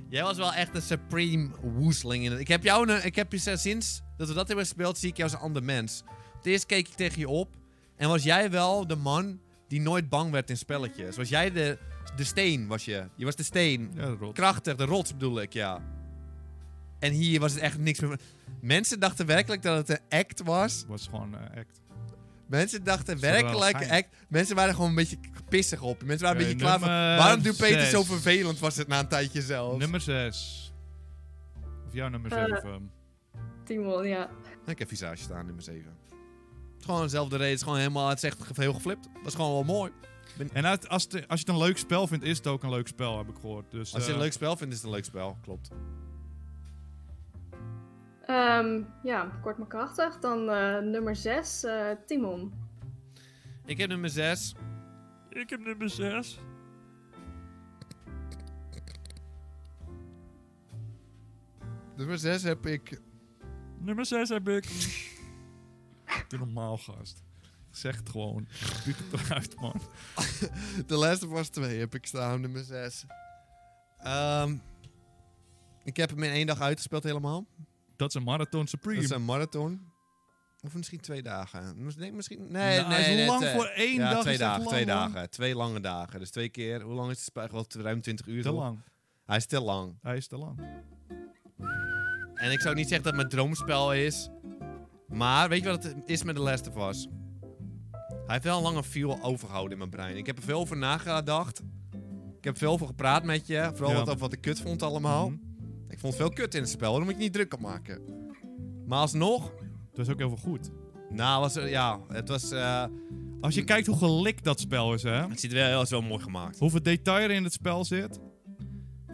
B: Jij was wel echt een supreme woesling. In het. Ik heb jou... een- Ik heb je sinds dat we dat hebben gespeeld, zie ik jou als een ander mens. Het eerst keek ik tegen je op. En was jij wel de man die nooit bang werd in spelletjes. Was jij de... De steen was je. Je was de steen.
A: Ja, rot.
B: Krachtig, de rots bedoel ik, ja. En hier was het echt niks meer. Mensen dachten werkelijk dat het een act was.
A: was gewoon eh, act.
B: Mensen dachten
A: wel
B: werkelijk een
A: fijn.
B: act. Mensen waren gewoon een beetje pissig op. Mensen waren een
A: Oké,
B: beetje klaar van.
A: nummer
B: Waarom doet Peter
A: zes.
B: zo vervelend? Was het na een tijdje zelfs.
A: Nummer 6. Of jouw nummer ehm.
C: Eh.
A: 7.
C: Timon, ja.
B: Ik heb visage staan, nummer 7. Het is gewoon dezelfde reden. Het is gewoon helemaal. Het is echt ge- heel geflipt. Dat is gewoon wel mooi.
A: En uit- als, het- als je het een leuk spel vindt, is het ook een leuk spel, heb ik gehoord. Dus,
B: Als je
A: eh,
B: een leuk spel vindt, is het een leuk spel. Klopt.
C: Ehm, ja, kort maar krachtig. Dan eh, nummer 6, eh, Timon.
B: Ik heb nummer 6.
A: Ik heb nummer 6.
B: Nummer 6 heb ik.
A: Nummer 6 heb ik. Doe normaal, gast. Zeg het gewoon. Doe het eruit, man.
B: De Last of Us 2 heb ik staan, nummer 6. ik heb hem in één dag uitgespeeld helemaal.
A: Dat is een marathon supreme.
B: Dat is een marathon. Of misschien twee dagen. Mis- Nee, misschien... Nee,
A: Nou, hij
B: nee,
A: is
B: nee,
A: lang
B: twee-
A: voor één
B: ja,
A: dag,
B: Twee
A: is dat
B: dagen,
A: lang,
B: twee
A: man?
B: dagen. Twee lange dagen. Dus twee keer... Hoe lang is het spel? Echt Wel t- ruim 20 uur.
A: Te
B: toch?
A: lang.
B: Hij is te lang.
A: Hij is te lang.
B: En ik zou niet zeggen dat het mijn droomspel is. Maar weet je wat het is met The Last of Us? Hij heeft wel een lange feel overgehouden in mijn brein. Ik heb er veel over nagedacht. Ik heb veel over gepraat met je. Vooral
A: Ja.
B: wat over wat ik kut vond allemaal.
A: Mhm.
B: Ik vond veel kut in het spel. Daar moet ik niet druk op maken. Maar alsnog...
A: Dat is ook heel veel goed.
B: Nou, was er, ja, het was... eh,
A: Als je kijkt hoe gelikt dat spel is, hè?
B: Het ziet er wel heel zo mooi gemaakt.
A: Hoeveel detail er in het spel zit.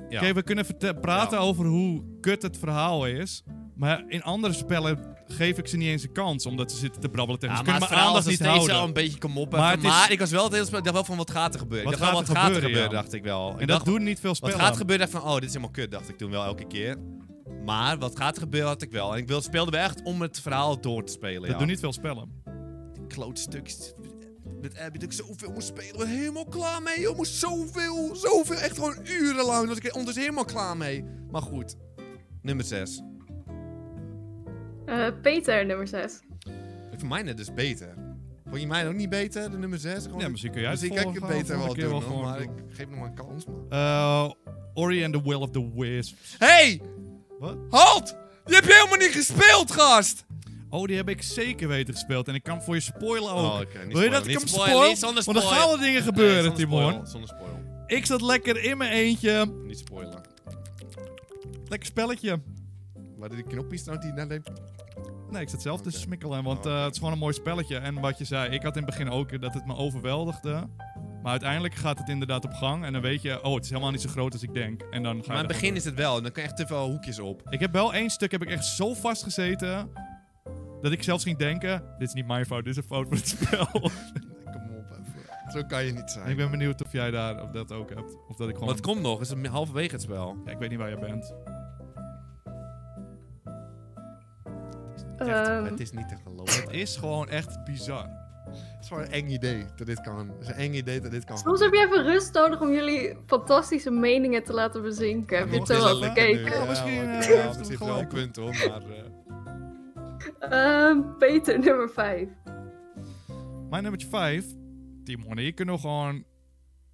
B: Ja.
A: Oké, we kunnen vertel- praten
B: Ja.
A: over hoe kut het verhaal is. Maar in andere spellen geef ik ze niet eens een kans, omdat ze zitten te brabbelen tegen
B: Ja,
A: ze
B: maar
A: kunnen
B: het
A: mijn
B: verhaal was
A: aandacht
B: nog
A: niet
B: steeds
A: houden.
B: wel een beetje kom op.
A: Maar
B: Maar,
A: het is-
B: ik was wel het hele spel, ik dacht wel van wat gaat er gebeuren.
A: Wat
B: ik dacht wel,
A: gaat
B: wat
A: er
B: gaat er
A: gebeuren,
B: gebeuren, dacht ik wel.
A: En
B: ik
A: dat
B: dacht,
A: doen niet veel
B: wat
A: spellen.
B: gaat er gebeuren, dacht ik van, oh, dit is helemaal kut, dacht ik toen wel elke keer. Maar wat gaat er gebeuren, had ik wel. En ik wil, speelde we echt om het verhaal door te spelen,
A: Dat
B: ja.
A: doen niet veel spellen.
B: Klootstukjes. Met Abby dat ik zoveel moest spelen. Ik was helemaal klaar mee, joh. Ik moest zoveel, zoveel. Echt gewoon urenlang. Dat ik er ondertussen helemaal klaar mee. Maar goed. Nummer 6.
C: Eh, Peter, nummer 6.
B: Voor mij net dus beter. Vond je mij ook niet beter, de nummer 6?
A: Ja, misschien kun jij het
B: Misschien kan ik het
A: volgende-
B: beter wel
A: volgende
B: doen,
A: keer wel
B: hoor, maar
A: gewoon
B: ik geef nog maar een kans, man.
A: Eh, Ori and the Will of the Wisps.
B: Hey!
A: Wat?
B: Halt! Die heb je helemaal niet gespeeld, gast!
A: Oh, die heb ik zeker weten gespeeld. En ik kan voor je spoilen ook.
B: Oh, oké, niet
A: Wil je
B: spoilen,
A: dat ik
B: niet
A: hem
B: spoilen,
A: spoil?
B: niet zonder
A: Want dan
B: spoilen.
A: gaan er dingen gebeuren, Timon.
B: Zonder spoil.
A: Ik zat lekker in mijn eentje.
B: Niet spoilen.
A: Lekker spelletje.
B: Waren die knopjes nou die naar de...
A: Nee, ik zat zelf te
B: Oké.
A: smikkelen, want
B: Oh, oké.
A: eh, het is gewoon een mooi spelletje. En wat je zei, ik had in het begin ook dat het me overweldigde. Maar uiteindelijk gaat het inderdaad op gang. En dan weet je, oh, het is helemaal niet zo groot als ik denk. En dan ga je
B: Maar in het
A: er
B: begin is het wel. En dan kan je echt te veel hoekjes op.
A: gewoon- Ik heb wel één stuk, heb ik echt zo vastgezeten. Dat ik zelfs ging denken, dit is niet mijn fout, dit is een fout van het spel.
B: Kom op even. Zo kan je niet zijn.
A: eh, ik ben benieuwd of jij daar of dat ook hebt. Of dat ik gewoon...
B: Wat komt nog? Is het halverwege het spel?
A: Ja, ik weet niet waar jij bent.
B: Echt,
C: Ehm,
B: het is niet te geloven.
A: Het is gewoon echt bizar.
B: Het is wel een eng idee dat dit kan. Het is een eng idee dat dit kan.
C: Soms heb je even rust nodig om jullie fantastische meningen te laten bezinken. Heb je
A: Nog
C: het wel
A: eens even
C: bekeken?
A: nu.
B: Ja,
A: Misschien,
B: misschien
A: eh, heeft het
B: zit wel
A: gelijk.
B: een punt hoor, maar... eh,
C: Ehm, Peter, nummer 5.
A: Mijn nummertje 5. Team One, hier kunnen we gewoon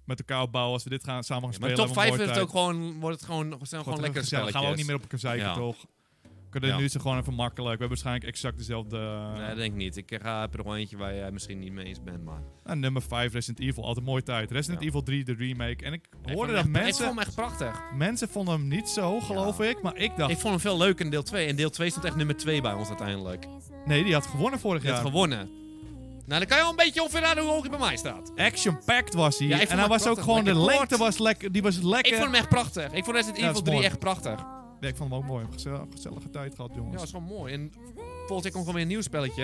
A: met elkaar bouwen als we dit gaan, samen gaan
B: Ja, maar
A: spelen.
B: top 5
A: hebben we
B: wordt
A: een
B: het
A: mooie
B: ook gewoon, wordt het gewoon, zijn gewoon,
A: Gewoon
B: lekker
A: gezellig.
B: spelletjes.
A: Gaan we ook niet meer op elkaar zeiken,
B: Ja.
A: toch? Kunnen
B: Ja.
A: nu ze gewoon even makkelijk. We hebben waarschijnlijk exact dezelfde... eh,
B: Nee, dat denk ik niet. Ik eh, ga heb er nog eentje waar jij misschien niet mee eens bent, maar...
A: Nou, nummer 5, Resident Evil. Altijd mooie tijd. Resident
B: Ja.
A: Evil 3, de remake. En ik
B: Ik vond
A: hoorde
B: hem
A: dat
B: echt- Ik
A: mensen...
B: vond hem echt prachtig.
A: Mensen vonden hem niet zo, geloof ik. Maar ik dacht...
B: Ik vond hem veel leuker in deel 2. En deel 2 stond echt nummer 2 bij ons uiteindelijk.
A: Nee, die had gewonnen vorig
B: Je hebt
A: jaar.
B: gewonnen. Nou, dan kan je al een beetje ongeveer raden hoe hoog hij bij mij staat.
A: Action-packed was hij.
B: Ja, ik vond
A: en hij was
B: hem
A: ook
B: prachtig.
A: gewoon... De
B: Lekker
A: lengte
B: kort.
A: was lekker... Die was lekker...
B: Ik vond hem echt prachtig. Ik vond Resident
A: Ja, dat
B: Evil
A: is
B: 3
A: mooi.
B: echt prachtig. Ja,
A: Ja, ik vond hem ook mooi. Gezellige, gezellige tijd gehad, jongens.
B: dat is gewoon mooi. En volgens ik komt gewoon weer een nieuw spelletje.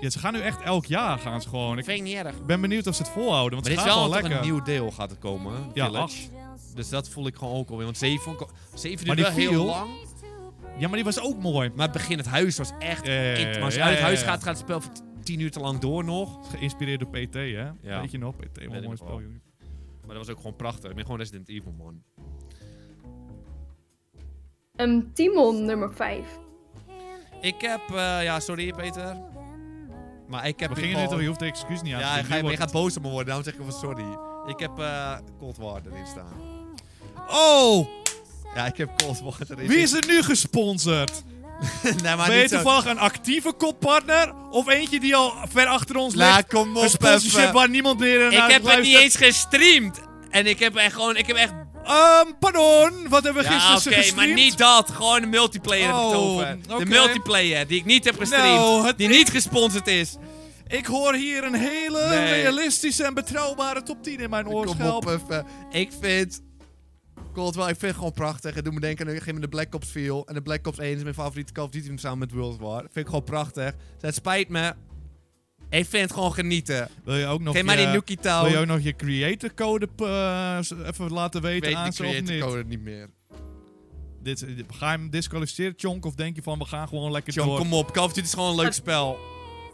A: Ja, ze gaan nu echt elk jaar gaan ze gewoon.
B: Vind
A: Ik
B: ik niet erg. Maar
A: ben benieuwd of ze het volhouden, want ze
B: dit is
A: gaan
B: wel
A: gewoon
B: toch
A: lekker.
B: een nieuw deel gaat er komen.
A: Ja,
B: Village. Dus dat voel ik gewoon ook alweer. Want 7 vond ik al- 7
A: Maar
B: duurde wel
A: die
B: heel
A: viel-
B: lang.
A: Ja, maar die was ook mooi.
B: Maar het begin, het huis was echt...
A: Ja, ja, ja,
B: kind. Maar als je
A: ja,
B: uit
A: ja,
B: huis
A: ja.
B: gaat, gaat het spel voor 10 uur te lang door nog.
A: Geïnspireerd door PT, hè?
B: Ja.
A: Weet je nog? PT, wel een
B: ik
A: mooi
B: nog wel.
A: spel. jongen.
B: Maar dat was ook gewoon prachtig. Ik ben gewoon Resident Evil, man.
C: Ehm, Timon, nummer 5.
B: Ik heb... eh, ja, sorry Peter. Maar ik heb...
A: We
B: in
A: gingen nu toch, dus
B: ieder geval-
A: je hoeft de excuus niet aan
B: Ja,
A: te
B: ga je,
A: doen.
B: maar je gaat boos op me worden. Daarom zeg ik van sorry. Ik heb eh, Cold War erin staan.
A: Oh,
B: Ja, ik heb cold water in.
A: wie is er nu gesponsord?
B: nee, maar
A: ben je
B: niet zo...
A: toevallig een actieve koppartner? Of eentje die al ver achter ons
B: La,
A: ligt?
B: kom
A: Een
B: op
A: sponsorship
B: even.
A: waar niemand meer
B: Ik
A: naar
B: heb het niet
A: luistert.
B: eens gestreamd. En ik heb echt gewoon... Ik heb echt...
A: Ehm, pardon, wat hebben we
B: Ja,
A: gisteren
B: oké, maar
A: gestreamd?
B: niet dat. Gewoon de multiplayer
A: Oh,
B: over.
A: oké.
B: De multiplayer die ik niet heb gestreamd.
A: Nou, het
B: die
A: is-
B: niet gesponsord is.
A: Ik hoor hier een hele
B: Nee.
A: realistische en betrouwbare top 10 in mijn oorschelp.
B: even. Ik vind... Cold War, ik vind het gewoon prachtig. Het doet me denken aan ik geef me de Black Ops 4. En de Black Ops 1 is mijn favoriete Call of Duty samen met World War. Vind ik gewoon prachtig. Dus het spijt me. Ik vind het gewoon genieten.
A: Wil je ook nog
B: eh, Geef mij
A: je-
B: die Nuki Town.
A: Wil je ook nog je creator code eh, s- even laten
B: Ik
A: weten
B: weet
A: aan
B: die
A: ze of
B: creator
A: niet?
B: code niet meer.
A: Dit, dit- ga je hem disqualificeren, Chonk? Of denk je van, we gaan gewoon lekker
B: John,
A: door?
B: kom op. Call of Duty is gewoon een leuk spel.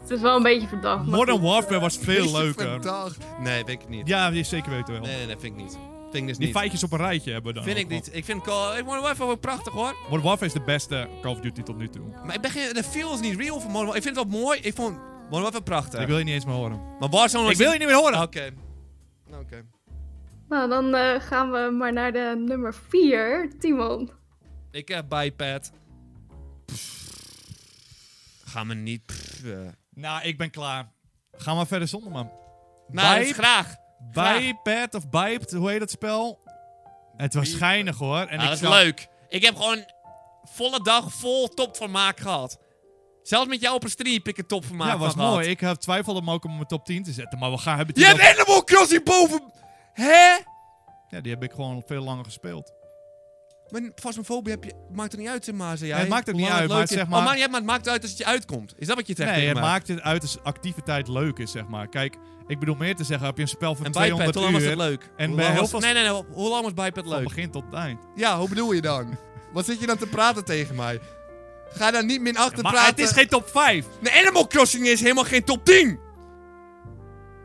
C: Het is wel een beetje verdacht. maar
A: Modern
C: goed.
A: Warfare was veel
B: Jezus,
A: leuker.
B: verdacht. Nee, vind ik niet.
A: Ja, die zeker weten wel.
B: Nee, nee, nee, vind ik niet. Vind ik dus
A: Die Oh,
B: niet.
A: feitjes op een rijtje hebben we dan.
B: Vind
A: ook
B: ik
A: wel.
B: niet. Ik vind Call... Ik Modern Warfare wel prachtig hoor.
A: Modern Warfare is de beste Call of Duty tot nu toe.
B: Maar ik ben geen... De feel is niet real van Modern Warfare. Ik vind het wel mooi. Ik vond Modern Warfare prachtig.
A: Ik wil je niet eens meer horen.
B: Maar Warzone was...
A: Ik wil je niet meer horen!
B: Oké. Oké.
C: Nou, dan eh, gaan we maar naar de nummer 4, Timon.
B: Ik heb Bipad. Ga me niet... pff, eh.
A: Nou, ik ben klaar. Ga maar verder zonder, man.
B: Nou,
A: Bij-
B: dus graag. graag.
A: Biped of Biped, hoe heet dat spel? Het was
B: Biped.
A: schijnig hoor. En
B: Nou,
A: ik
B: dat is
A: zag-
B: leuk. Ik heb gewoon volle dag vol topvermaak gehad. Zelfs met jou op een stream heb ik een topvermaak
A: Ja,
B: van
A: was
B: gehad.
A: mooi. Ik heb twijfelde om ook om mijn top 10 te zetten. Maar we gaan hebben
B: Je
A: die
B: hebt
A: wel-
B: Animal Crossing boven... Hè?
A: Ja, die heb ik gewoon veel langer gespeeld.
B: Maar fasmofobie heb je, maakt er niet uit, zeg maar. Zei jij.
A: Nee, het maakt ook
B: Hoe
A: niet
B: lang
A: uit,
B: leuk
A: maar
B: is.
A: zeg maar-
B: Oh, maakt niet uit, maar het maakt uit als het je uitkomt. Is dat wat je zegt?
A: Nee,
B: tegen
A: het
B: me?
A: maakt het uit als activiteit leuk is, zeg maar. Kijk, ik bedoel meer te zeggen, heb je een spel van
B: En Biped,
A: 200
B: hoe lang was
A: uur,
B: dat leuk?
A: en
B: Hoe
A: bij
B: lang
A: heel
B: was-
A: veel-
B: Nee, nee, nee. Hoe lang was Biped
A: van
B: leuk?
A: begin tot het eind.
B: Ja, hoe bedoel je dan? Wat zit je dan te praten tegen mij? Ga daar niet min achter
A: maar
B: praten.
A: het is geen top 5.
B: Nee, Animal Crossing is helemaal geen top 10!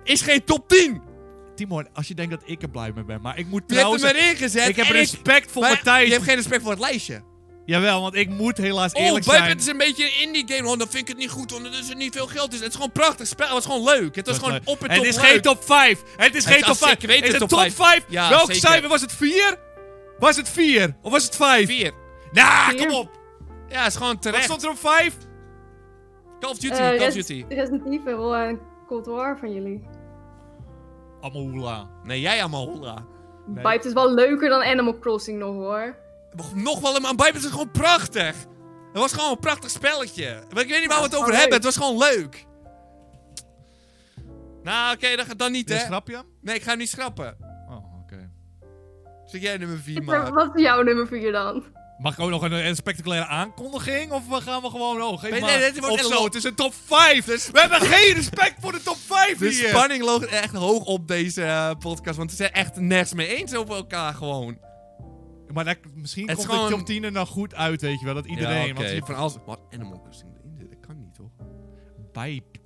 B: Is geen top 10!
A: Timon, als je denkt dat ik er blij mee ben, maar ik moet
B: Je hebt
A: trouwens...
B: hem erin gezet
A: Nou, ik heb
B: en
A: respect voor
B: maar
A: mijn tijd.
B: Je hebt geen respect voor het lijstje.
A: Jawel, want ik moet helaas
B: Oh,
A: eerlijk
B: Biped
A: zijn.
B: is een beetje een indie game, want dan vind ik het niet goed, want er is er niet veel geld. is. Het is gewoon een prachtig spel, het was gewoon leuk. Het was
A: Dat
B: gewoon
A: leuk.
B: op en top
A: Het is
B: leuk.
A: geen top 5. Het is
B: Het
A: geen
B: is
A: top 5.
B: zeker weten
A: is
B: een
A: het
B: top
A: top 5?
B: Ja,
A: Welk
B: zeker.
A: cijfer? Was het 4? Was het 4? Of was het 5?
B: Vier.
A: Nou,
C: Vier.
A: kom op.
B: Ja, het is gewoon
A: Wat
B: terecht.
A: stond er op 5?
B: Call of Duty,
C: Eh,
B: Call of
C: Res-
B: Duty.
C: Resident Evil en Cold War van jullie.
A: Amoula.
B: Nee, jij Amahola.
A: Nee.
C: Biped is wel leuker dan Animal Crossing nog hoor.
B: Nog wel een maar Biped is gewoon prachtig. Het was gewoon een prachtig spelletje. Maar Ik weet niet waar we het
C: Ja,
B: over
C: Oh, leuk.
B: hebben, het was gewoon leuk. Nou, oké, dan, dan niet,
A: Dit is een
B: hè.
A: grapje?
B: Nee, ik ga hem niet schrappen.
A: Oh, oké.
B: Zeg jij nummer 4,
C: Maar
B: maar.
C: wat is jouw nummer 4 dan?
A: Mag ik ook nog een, een spectaculaire aankondiging? Of we gaan we gewoon... Oh, geef
B: Nee,
A: maar.
B: nee, dit wordt
A: of
B: echt
A: zo,
B: lo-
A: het is een top 5. We hebben geen respect voor de top 5
B: De
A: hier.
B: spanning loopt echt hoog op deze eh, podcast, want ze zijn echt nergens mee eens over elkaar gewoon.
A: Maar dat, misschien
B: Het is
A: komt het
B: gewoon-
A: top 10 er nou goed uit, weet je wel. Dat iedereen...
B: Ja,
A: Want
B: oké.
A: je
B: van alles... Wat animal crossing erin zit, dat kan niet, toch?
A: bijpet.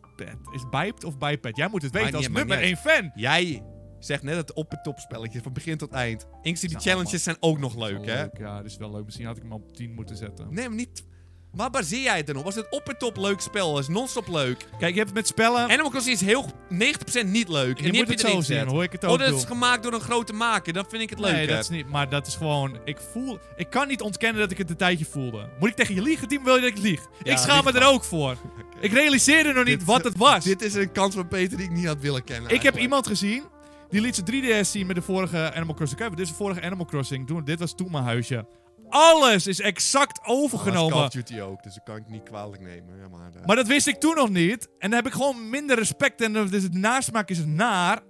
A: Is bijpt of bijpet? Jij moet het weten
B: Maakt
A: als
B: niet uit,
A: nummer
B: maakt
A: 1 fan.
B: Jij zegt net het op het topspelletje van begin tot eind. Inksy, die
A: Nou,
B: challenges zijn ook nog leuk, hè?
A: Leuk, ja, dat is wel leuk. Misschien had ik hem op 10 moeten zetten.
B: Nee, maar niet... Waar baseer jij het dan op? Was het op het top leuk spel? Is non-stop leuk?
A: Kijk, je hebt het met spellen...
B: Animal Crossing is heel 90% niet leuk. En
A: je
B: die
A: moet
B: heb
A: het
B: je erin
A: zo zien,
B: gezet.
A: hoe ik het ook
B: Oh, dat
A: doe.
B: is gemaakt door een grote maker. Dan vind ik het leuk.
A: Nee, dat is niet. Maar dat is gewoon. Ik voel. Ik kan niet ontkennen dat ik het een tijdje voelde. Moet ik tegen je liegen, team? Wil je dat ik lieg? ik schaam me
B: lieg
A: er ook voor. Ik realiseerde nog niet wat het was.
B: Dit is een kant van Peter die ik niet had willen kennen.
A: ik heb iemand gezien. Die liet zijn 3DS zien met de vorige Animal Crossing. Kijk, dit is de vorige Animal Crossing. Toen, dit was toen mijn huisje. Alles is exact overgenomen.
B: Call of Duty ook, dus dat kan ik niet kwalijk nemen. Ja, maar, eh,
A: maar dat wist ik toen nog niet. En dan heb ik gewoon minder respect. En eh, dus de nasmaak is naar.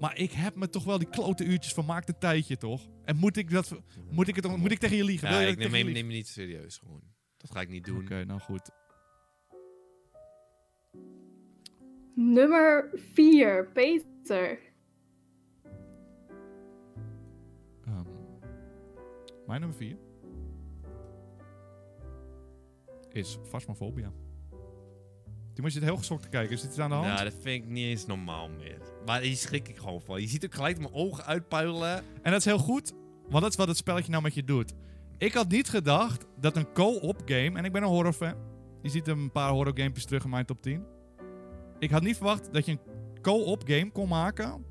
A: Maar ik heb me toch wel die klote uurtjes vermaakt een tijdje, toch? En moet ik, dat, moet ik, het, moet ik tegen je liegen? Wil
B: ja,
A: je
B: ik
A: dat
B: neem,
A: tegen je
B: neem,
A: lieg?
B: neem me niet serieus gewoon. Dat ga ik niet doen.
A: Oké, nou goed.
C: Nummer 4, Peter.
A: Ehm, mijn nummer 4 is Phasmophobia. Toen moet je het heel geschokt te kijken. Is dit iets aan de hand?
B: Nou, dat vind ik niet eens normaal meer. Maar hier schrik ik gewoon van. Je ziet ook gelijk mijn ogen uitpuilen.
A: En dat is heel goed, want dat is wat het spelletje nou met je doet. Ik had niet gedacht dat een co-op game, en ik ben een horrorfan. Je ziet een paar horror games terug in mijn top 10. Ik had niet verwacht dat je een co-op game kon maken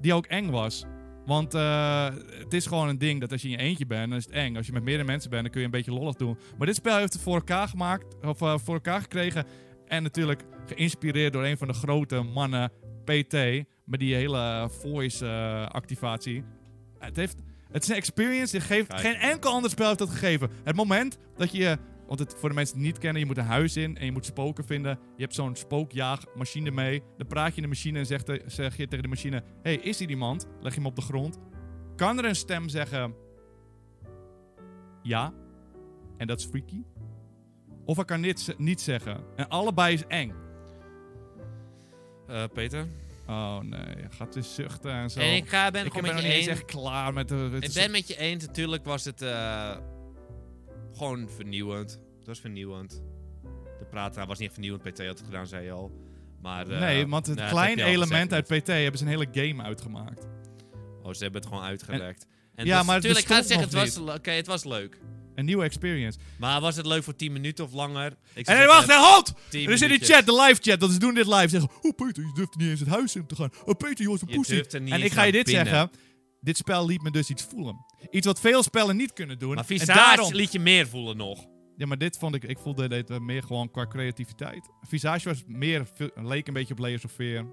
A: die ook eng was. Want eh, het is gewoon een ding dat als je in je eentje bent, dan is het eng. Als je met meerdere mensen bent, dan kun je een beetje lollig doen. Maar dit spel heeft het voor elkaar gemaakt, of eh, voor elkaar gekregen. En natuurlijk geïnspireerd door een van de grote mannen, PT. Met die hele voice-activatie. het, heeft, het is een experience, die geeft,
B: Kijk.
A: geen enkel ander spel heeft dat gegeven. Het moment dat je, want het, voor de mensen die het niet kennen, je moet een huis in en je moet spoken vinden. Je hebt zo'n spookjaagmachine mee. Dan praat je in de machine en zegt, zeg je tegen de machine, hey, is hier iemand? Leg je hem op de grond. Kan er een stem zeggen, ja, en dat is freaky. Of hij kan dit ze- niet zeggen. En allebei is eng.
B: Eh, Peter?
A: Oh nee, hij gaat dus zuchten en zo.
B: En ik ga, ben
A: Ik
B: gewoon
A: ben nog
B: met je
A: niet eens
B: eens.
A: echt klaar met de... het
B: Ik
A: is-
B: ben met je eens. Natuurlijk was het eh, gewoon vernieuwend. Het was vernieuwend. De praat was niet echt vernieuwend. PT had het gedaan, zei je al. Maar, eh,
A: nee, want het
B: nou, dat heb
A: kleine
B: je al
A: element uit
B: gezegd.
A: PT hebben ze een hele game uitgemaakt.
B: Oh, ze hebben het gewoon uitgewerkt.
A: Ja,
B: En dus- dat is-
A: maar het
B: tuurlijk, ik ga
A: bestond
B: zeggen, het
A: nog
B: was, le- oké, het was leuk.
A: Een nieuwe experience.
B: Maar was het leuk voor 10 minuten of langer? Ik zou
A: En hey,
B: zeggen,
A: wacht, hey, halt!
B: tien
A: Er is in die
B: minuutjes.
A: chat, de live chat, dat ze doen dit live. Zeggen, oh Peter, je durft niet eens het huis in te gaan. Oh Peter, je was een
B: Je
A: poesie.
B: durft er niet
A: En ik
B: eens
A: ga je
B: naar
A: dit
B: binnen.
A: zeggen. Dit spel liet me dus iets voelen. Iets wat veel spellen niet kunnen doen.
B: Maar
A: en
B: Visage
A: daarom...
B: liet je meer voelen nog.
A: Ja, maar dit vond ik... Ik voelde dit eh, meer gewoon qua creativiteit. Visage was meer... leek een beetje op Layers of Fear.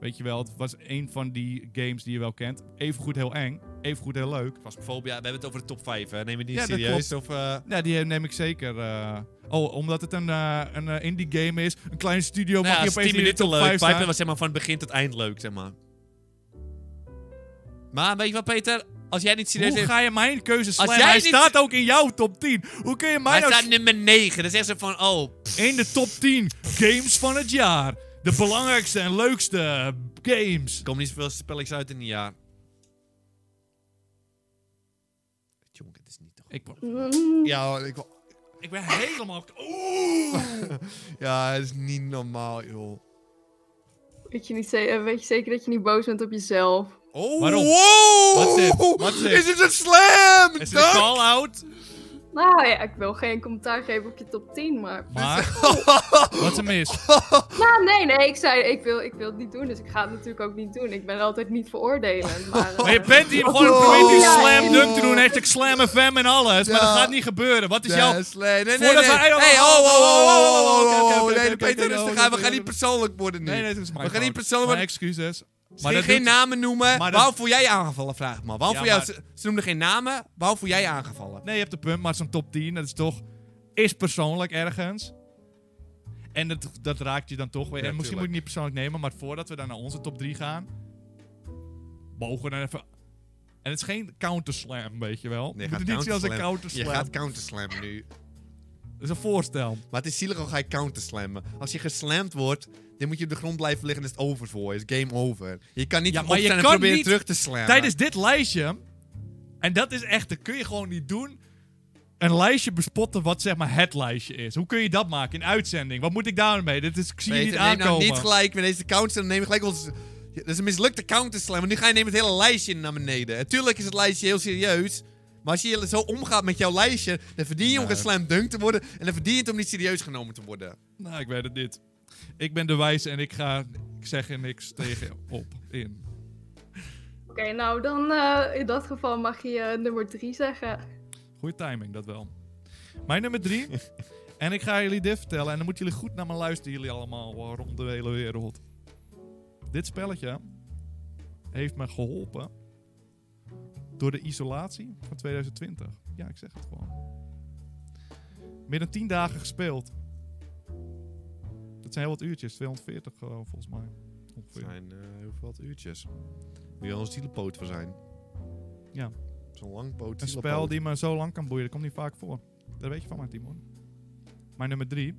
A: Weet je wel, het was een van die games die je wel kent. Evengoed heel eng, evengoed heel leuk.
B: Phasmophobia, we hebben het over de top 5, hè? Neem het niet
A: Ja, dat
B: serieus. Of, eh,
A: Ja, die neem ik zeker. eh. Oh, omdat het een, eh, een eh, indie game is. Een kleine studio
B: nou
A: mag
B: ja,
A: je
B: is
A: opeens
B: 10
A: in de
B: minuten
A: top
B: leuk.
A: 5
B: Vijf
A: staan.
B: minuten was zeg maar van begin tot eind leuk, zeg maar. Maar weet je wat, Peter? Als jij niet serieus
A: Hoe
B: is...
A: ga je mijn keuze slaan?
B: jij
A: Hij
B: niet-
A: staat ook in jouw top 10. Hoe kun je mij
B: Hij
A: nou
B: staat nummer 9. Dan zegt ze van, oh,
A: s- in de top 10 games van het jaar? De belangrijkste en leukste games.
B: Er komen niet zoveel spelletjes uit in een jaar. Jonk, het is niet toch.
A: Ik,
C: Mm,
B: Ja, hoor, ik,
A: ik ben helemaal... Oeh!
B: ja, het is niet normaal, joh.
C: Weet, je niet ze- eh, weet je zeker dat je niet boos bent op jezelf?
B: Oh,
A: Waarom?
B: wow!
A: Wat is dit? Wat is dit?
B: Is het een slam?
A: Is het een
B: Dank!
A: call-out?
C: Nou ja, ik wil geen commentaar geven op je top 10, maar...
A: Maar... Wat een mis.
B: Oh.
C: Nou, nee, nee, ik zei ik wil, ik wil het niet doen, dus ik ga het natuurlijk ook niet doen. Ik ben altijd niet veroordelend, maar... eh,
A: Maar je bent hier gewoon om
B: Oh.
A: die
C: Ja,
A: slam dunk te
B: joh.
A: doen. Heeft ik slam FM en alles. Maar
B: Ja.
A: dat gaat niet gebeuren. Wat is jouw...
B: Ja, slam. Nee, nee,
A: Voordat
B: nee.
A: we-
B: Hey,
A: oh,
B: oh, oh, oh, oh, oh, oh,
A: Oké, oké,
B: oh,
A: oké,
B: oh. Nee,
A: oké,
B: Peter,
A: oké,
B: rustig
A: oké,
B: aan. We
A: oké,
B: gaan
A: oké.
B: niet persoonlijk worden nu.
A: Nee, nee, dat is mijn
B: We gaan
A: fout.
B: niet persoonlijk
A: Mijn
B: worden.
A: excuses. Maar
B: Ze ging
A: dat
B: geen
A: doet-
B: namen noemen.
A: Maar dat-
B: Waarom voel jij je aangevallen, vraag ik me. Waarom
A: Ja,
B: voel jij...
A: maar-
B: Ze, ze noemde geen namen. Waarom voel jij je aangevallen?
A: Nee, je hebt een punt, maar zo'n top 10, dat is toch... Is persoonlijk ergens. En dat, dat raakt je dan toch weer.
B: Ja,
A: en misschien
B: tuurlijk.
A: moet ik niet persoonlijk nemen, maar voordat we dan naar onze top 3 gaan... Mogen we dan even En het is geen counterslam, weet je wel.
B: Nee,
A: je
B: gaat
A: doet het niet zien als een counterslam.
B: counterslam. Je gaat counterslam nu.
A: Dat is een voorstel.
B: Maar het is zielig al ga je counterslammen. Als je geslamd wordt, dan moet je op de grond blijven liggen en is het over voor. je. Is game over. Je kan niet
A: Ja,
B: ja,
A: maar je
B: opstaan en
A: kan
B: proberen
A: niet
B: terug te slammen.
A: Tijdens dit lijstje, en dat is echt, dat kun je gewoon niet doen. Een lijstje bespotten wat zeg maar het lijstje is. Hoe kun je dat maken in uitzending? Wat moet ik daarmee? Dit is, ik zie je
B: Peter,
A: niet
B: neem nou
A: aankomen.
B: niet gelijk met deze counter. Neem gelijk ons. Dat is een mislukte counterslam. Want nu ga je nemen het hele lijstje naar beneden. En tuurlijk is het lijstje heel serieus. Maar als je zo omgaat met jouw lijstje, dan verdien je om
A: Nee.
B: geslamd dunk te worden. En dan verdien je het om niet serieus genomen te worden.
A: Nou, ik weet het niet. Ik ben de wijs en ik ga, ik zeg er niks tegen op in.
C: Oké, nou dan eh, in dat geval mag je eh, nummer drie zeggen.
A: Goeie timing, dat wel. Mijn nummer drie. en ik ga jullie dit vertellen. En dan moeten jullie goed naar me luisteren, jullie allemaal eh, rond de hele wereld. Dit spelletje heeft me geholpen door de isolatie van 2020. Ja, ik zeg het gewoon. Meer dan 10 dagen gespeeld. Dat zijn heel wat uurtjes, 240 eh, volgens mij. Ongeveer.
B: zijn eh, heel veel uurtjes. Moet je ons tielenpoot voor zijn.
A: Ja.
B: Zo'n lang poot
A: Een spel die me zo lang kan boeien, dat komt niet vaak voor. Dat weet je van mij, Timon. Mijn nummer drie.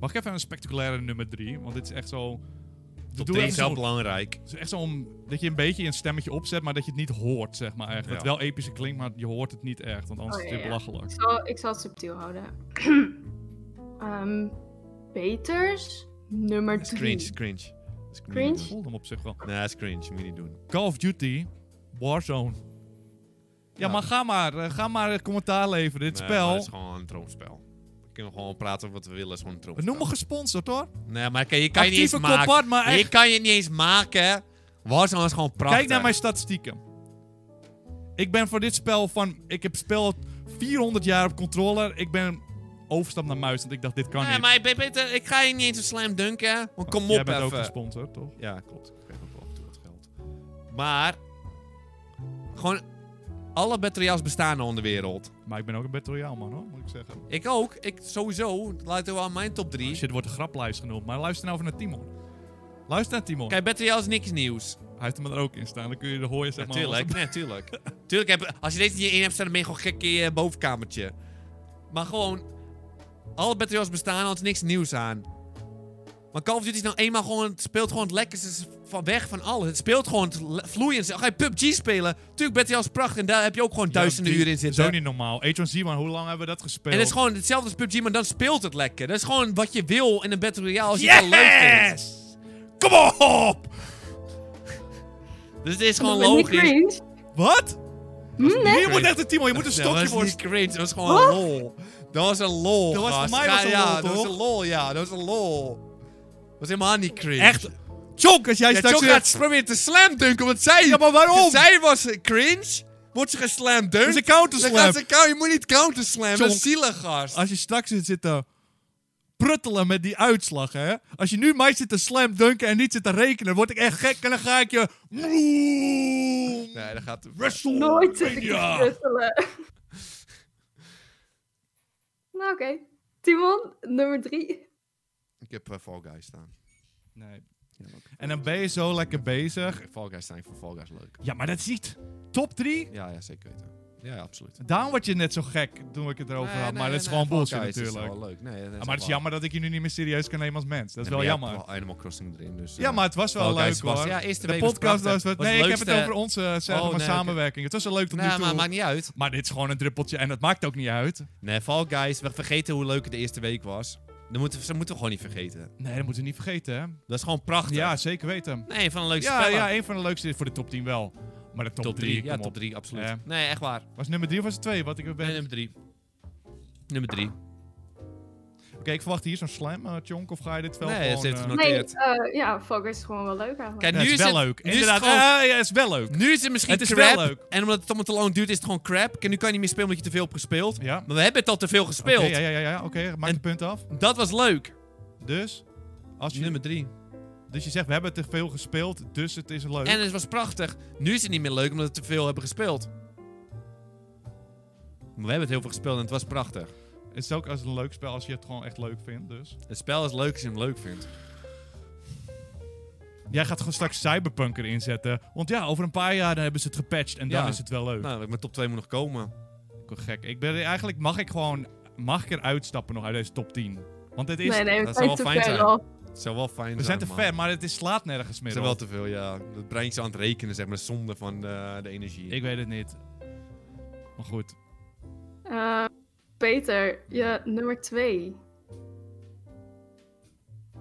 A: Mag ik even een spectaculaire nummer drie? Want dit is echt zo...
B: Tot
A: doe
B: drie
A: even
B: is heel
A: zo-
B: belangrijk.
A: Het is echt zo om, dat je een beetje een stemmetje opzet, maar dat je het niet hoort, zeg maar. Echt. Dat het
B: Ja.
A: wel episch klinkt, maar je hoort het niet echt. Want anders
C: Oh,
A: is
C: ja,
A: het weer
C: ja.
A: belachelijk.
C: Ik zal, ik zal het subtiel houden. Ehm Peters, nummer
B: Dat is cringe, is
C: drie.
B: cringe. Dat is niet
C: Cringe?
A: Ik
B: doen.
A: voelde hem op zich wel.
B: Nee, dat is cringe. Moet je niet doen.
A: Call of Duty Warzone. Ja,
B: Ja.
A: maar ga maar. eh, Ga maar eh, commentaar leveren. Dit
B: Nee, maar
A: spel...
B: Het is gewoon een troonspel. We kunnen gewoon praten over wat we willen. Het is gewoon een troonspel.
A: Noem me gesponsord, hoor.
B: Nee, maar kan, je kan je niet
A: Actieve
B: eens maken.
A: combat, maar
B: Je
A: echt.
B: kan je niet eens maken. Warzone is gewoon prachtig.
A: Kijk naar mijn statistieken. Ik ben voor dit spel van... Ik heb spel 400 jaar op controller. Ik ben overstap naar muis, want ik dacht, dit kan
B: Nee,
A: niet.
B: maar ik, ben- ik ga je niet eens een slam dunken. Want kom
A: Oh, Jij
B: op
A: bent ook
B: even.
A: gesponsord, toch?
B: Ja, klopt. Ik krijg ook wel af en toe wat geld. Maar... Gewoon... Alle Battle Royales bestaan al in de wereld.
A: Maar ik ben ook een Battle Royale man, hoor, moet ik zeggen.
B: Ik ook. Ik sowieso. Laat het wel aan mijn top 3.
A: Oh, Shit, wordt een graplijst genoemd. Maar luister nou even naar Timon. Luister naar Timon.
B: Kijk, Battle Royale is niks nieuws.
A: Hij heeft hem er ook in staan. Dan kun je de hooien, zeg maar...
B: Natuurlijk,
A: als-
B: natuurlijk. Tuurlijk, heb, als je deze niet in hebt staan, dan ben je gewoon gek in je bovenkamertje. Maar gewoon, alle Battle Royales bestaan, er is niks nieuws aan. Maar Call of Duty is nou eenmaal gewoon, het speelt gewoon het lekkerste van weg van alles. Het speelt gewoon het le- vloeiend. Ga je PUBG spelen? Tuurlijk, Battle Royale is prachtig en daar heb je ook gewoon
A: Ja,
B: duizenden
A: die-
B: uren in zitten.
A: Zo niet normaal. H1Z1, hoe lang hebben we dat gespeeld?
B: En het is gewoon hetzelfde als PUBG, maar dan speelt het lekker. Dat is gewoon wat je wil in een Battle Royale als je het wel leuk vindt.
A: Yes! Kom op!
B: Dus het is gewoon
C: Dat is niet
B: logisch.
C: cringe.
A: Wat?
C: Hm, nee?
A: Je moet echt een Timon, je moet een stokje
B: Dat was
A: voor...
B: niet cringe, dat was gewoon een lol. Dat was een lol,
A: Dat was- voor
B: gast.
A: mij was
B: Ja,
A: een
B: ja,
A: lol,
B: Dat was
A: toch?
B: een lol, ja. Dat was een lol. Dat was helemaal niet cringe.
A: Echt? Tjonk, als jij
B: Ja,
A: straks...
B: Tjok
A: weer-
B: gaat ze proberen te slamdunken, want zij...
A: Ja, maar waarom?
B: Zij was cringe. Wordt ze geslamdunk?
A: Dat is een counterslam.
B: Dan gaat ze coun- Je moet niet counterslammen. Dat is
A: Tjok.
B: zielig, gast.
A: als je straks zit te pruttelen met die uitslag, hè. Als je nu mij zit te slam dunken en niet zit te rekenen, word ik echt gek en dan ga ik je...
B: Nee, dat gaat...
A: Wrestle!
C: Nooit zit ik
A: Ja.
C: te knuffelen. nou oké. Timon, nummer drie.
B: Ik heb eh, Fall Guys staan.
A: Nee. En dan ben je zo lekker bezig.
B: Fall Guys staan, ik vond Fall Guys leuk.
A: Ja, maar dat is niet. Top 3?
B: Ja, ja, zeker weten. Ja, ja, absoluut.
A: Daarom word je net zo gek toen ik het erover
B: Nee,
A: had.
B: nee,
A: maar dat
B: nee,
A: is gewoon
B: nee, Fall
A: bullshit
B: Guys is
A: natuurlijk.
B: wel leuk. Nee, dat
A: Ah, maar het is
B: wel-
A: jammer dat ik je nu niet meer serieus kan nemen als mens. Dat is
B: Nee,
A: wel
B: maar je
A: jammer.
B: hebt wel Animal Crossing erin, dus...
A: Ja,
B: eh,
A: maar het was wel
B: Fall
A: leuk
B: Guys was-
A: hoor.
B: ja, eerste
A: de
B: week was
A: podcast was...
B: prachtig.
A: wat.
B: Was
A: nee,
B: het
A: ik heb het
B: leukste-
A: over onze eh, zeg
B: Oh,
A: maar,
B: nee, oké.
A: samenwerking. Het was wel leuk tot nu
B: Nou,
A: toe.
B: maar maakt niet uit.
A: Maar dit is gewoon een druppeltje en dat maakt ook niet uit.
B: Nee, Fall Guys, we vergeten hoe leuk het de eerste week was. Dat moeten, we- dat moeten we gewoon niet vergeten.
A: Nee, dat moeten we niet vergeten, hè?
B: Dat is gewoon prachtig.
A: Ja, zeker weten.
B: Nee, van de leukste
A: Ja,
B: spellen.
A: ja, een van de leukste is voor de top 10 wel. Maar de top
B: top 3.
A: 3,
B: Ja, top 3, absoluut.
A: Ja.
B: Nee, echt waar.
A: Was nummer 3 of was het 2? Wat ik ben...
B: Nee, nummer 3. Nummer 3.
A: Oké, ik verwacht hier zo'n slime eh, chonk of ga je dit wel
B: Nee,
A: gewoon...
B: dat heeft
A: eh,
B: het nog-
C: Nee,
B: Noteerd.
C: eh, ja, Fall Guys is gewoon wel leuk eigenlijk.
B: Kijk,
A: ja,
B: nu
A: het is wel leuk.
B: Nu is,
A: Inderdaad,
B: het gewoon-
A: ah, ja, het is wel leuk.
B: nu is het misschien
A: Het is
B: crap.
A: wel leuk.
B: En omdat het allemaal te lang duurt, is het gewoon crap. En nu kan je niet meer spelen omdat je te veel hebt gespeeld.
A: Ja.
B: Maar we hebben het al te veel gespeeld.
A: Oké, ja, ja, ja, ja. Oké, maak
B: En-
A: het punt af.
B: Dat was leuk.
A: Dus, als je,
B: Nummer 3.
A: dus je zegt, we hebben te veel gespeeld, dus het is leuk.
B: En het was prachtig. Nu is het niet meer leuk omdat we te veel hebben gespeeld. Maar we hebben het heel veel gespeeld en het was prachtig.
A: Het is ook als een leuk spel als je het gewoon echt leuk vindt, dus.
B: Het spel is leuk als je hem leuk vindt.
A: Jij gaat gewoon straks Cyberpunk erin zetten. Want ja, over een paar jaar dan hebben ze het gepatcht en dan
B: Ja.
A: is het wel leuk.
B: Nou, mijn top 2 moet nog komen.
A: Ik word gek. Ik ben, eigenlijk mag ik gewoon... Mag ik eruit stappen nog uit deze top 10? Want het is...
C: nee, nee, we
B: dat zou
C: zijn
B: wel
C: te
B: fijn
C: ver
B: zijn.
C: af.
B: Het zou wel fijn zijn.
A: we zijn te
B: man.
A: ver, maar het is, slaat nergens
B: Het
A: meer
B: zijn
A: op.
B: wel te veel, ja. Het breintje aan het rekenen, zeg maar. Zonde van eh, de energie.
A: Ik weet het niet. Maar goed.
C: Eh, Peter, je nummer 2.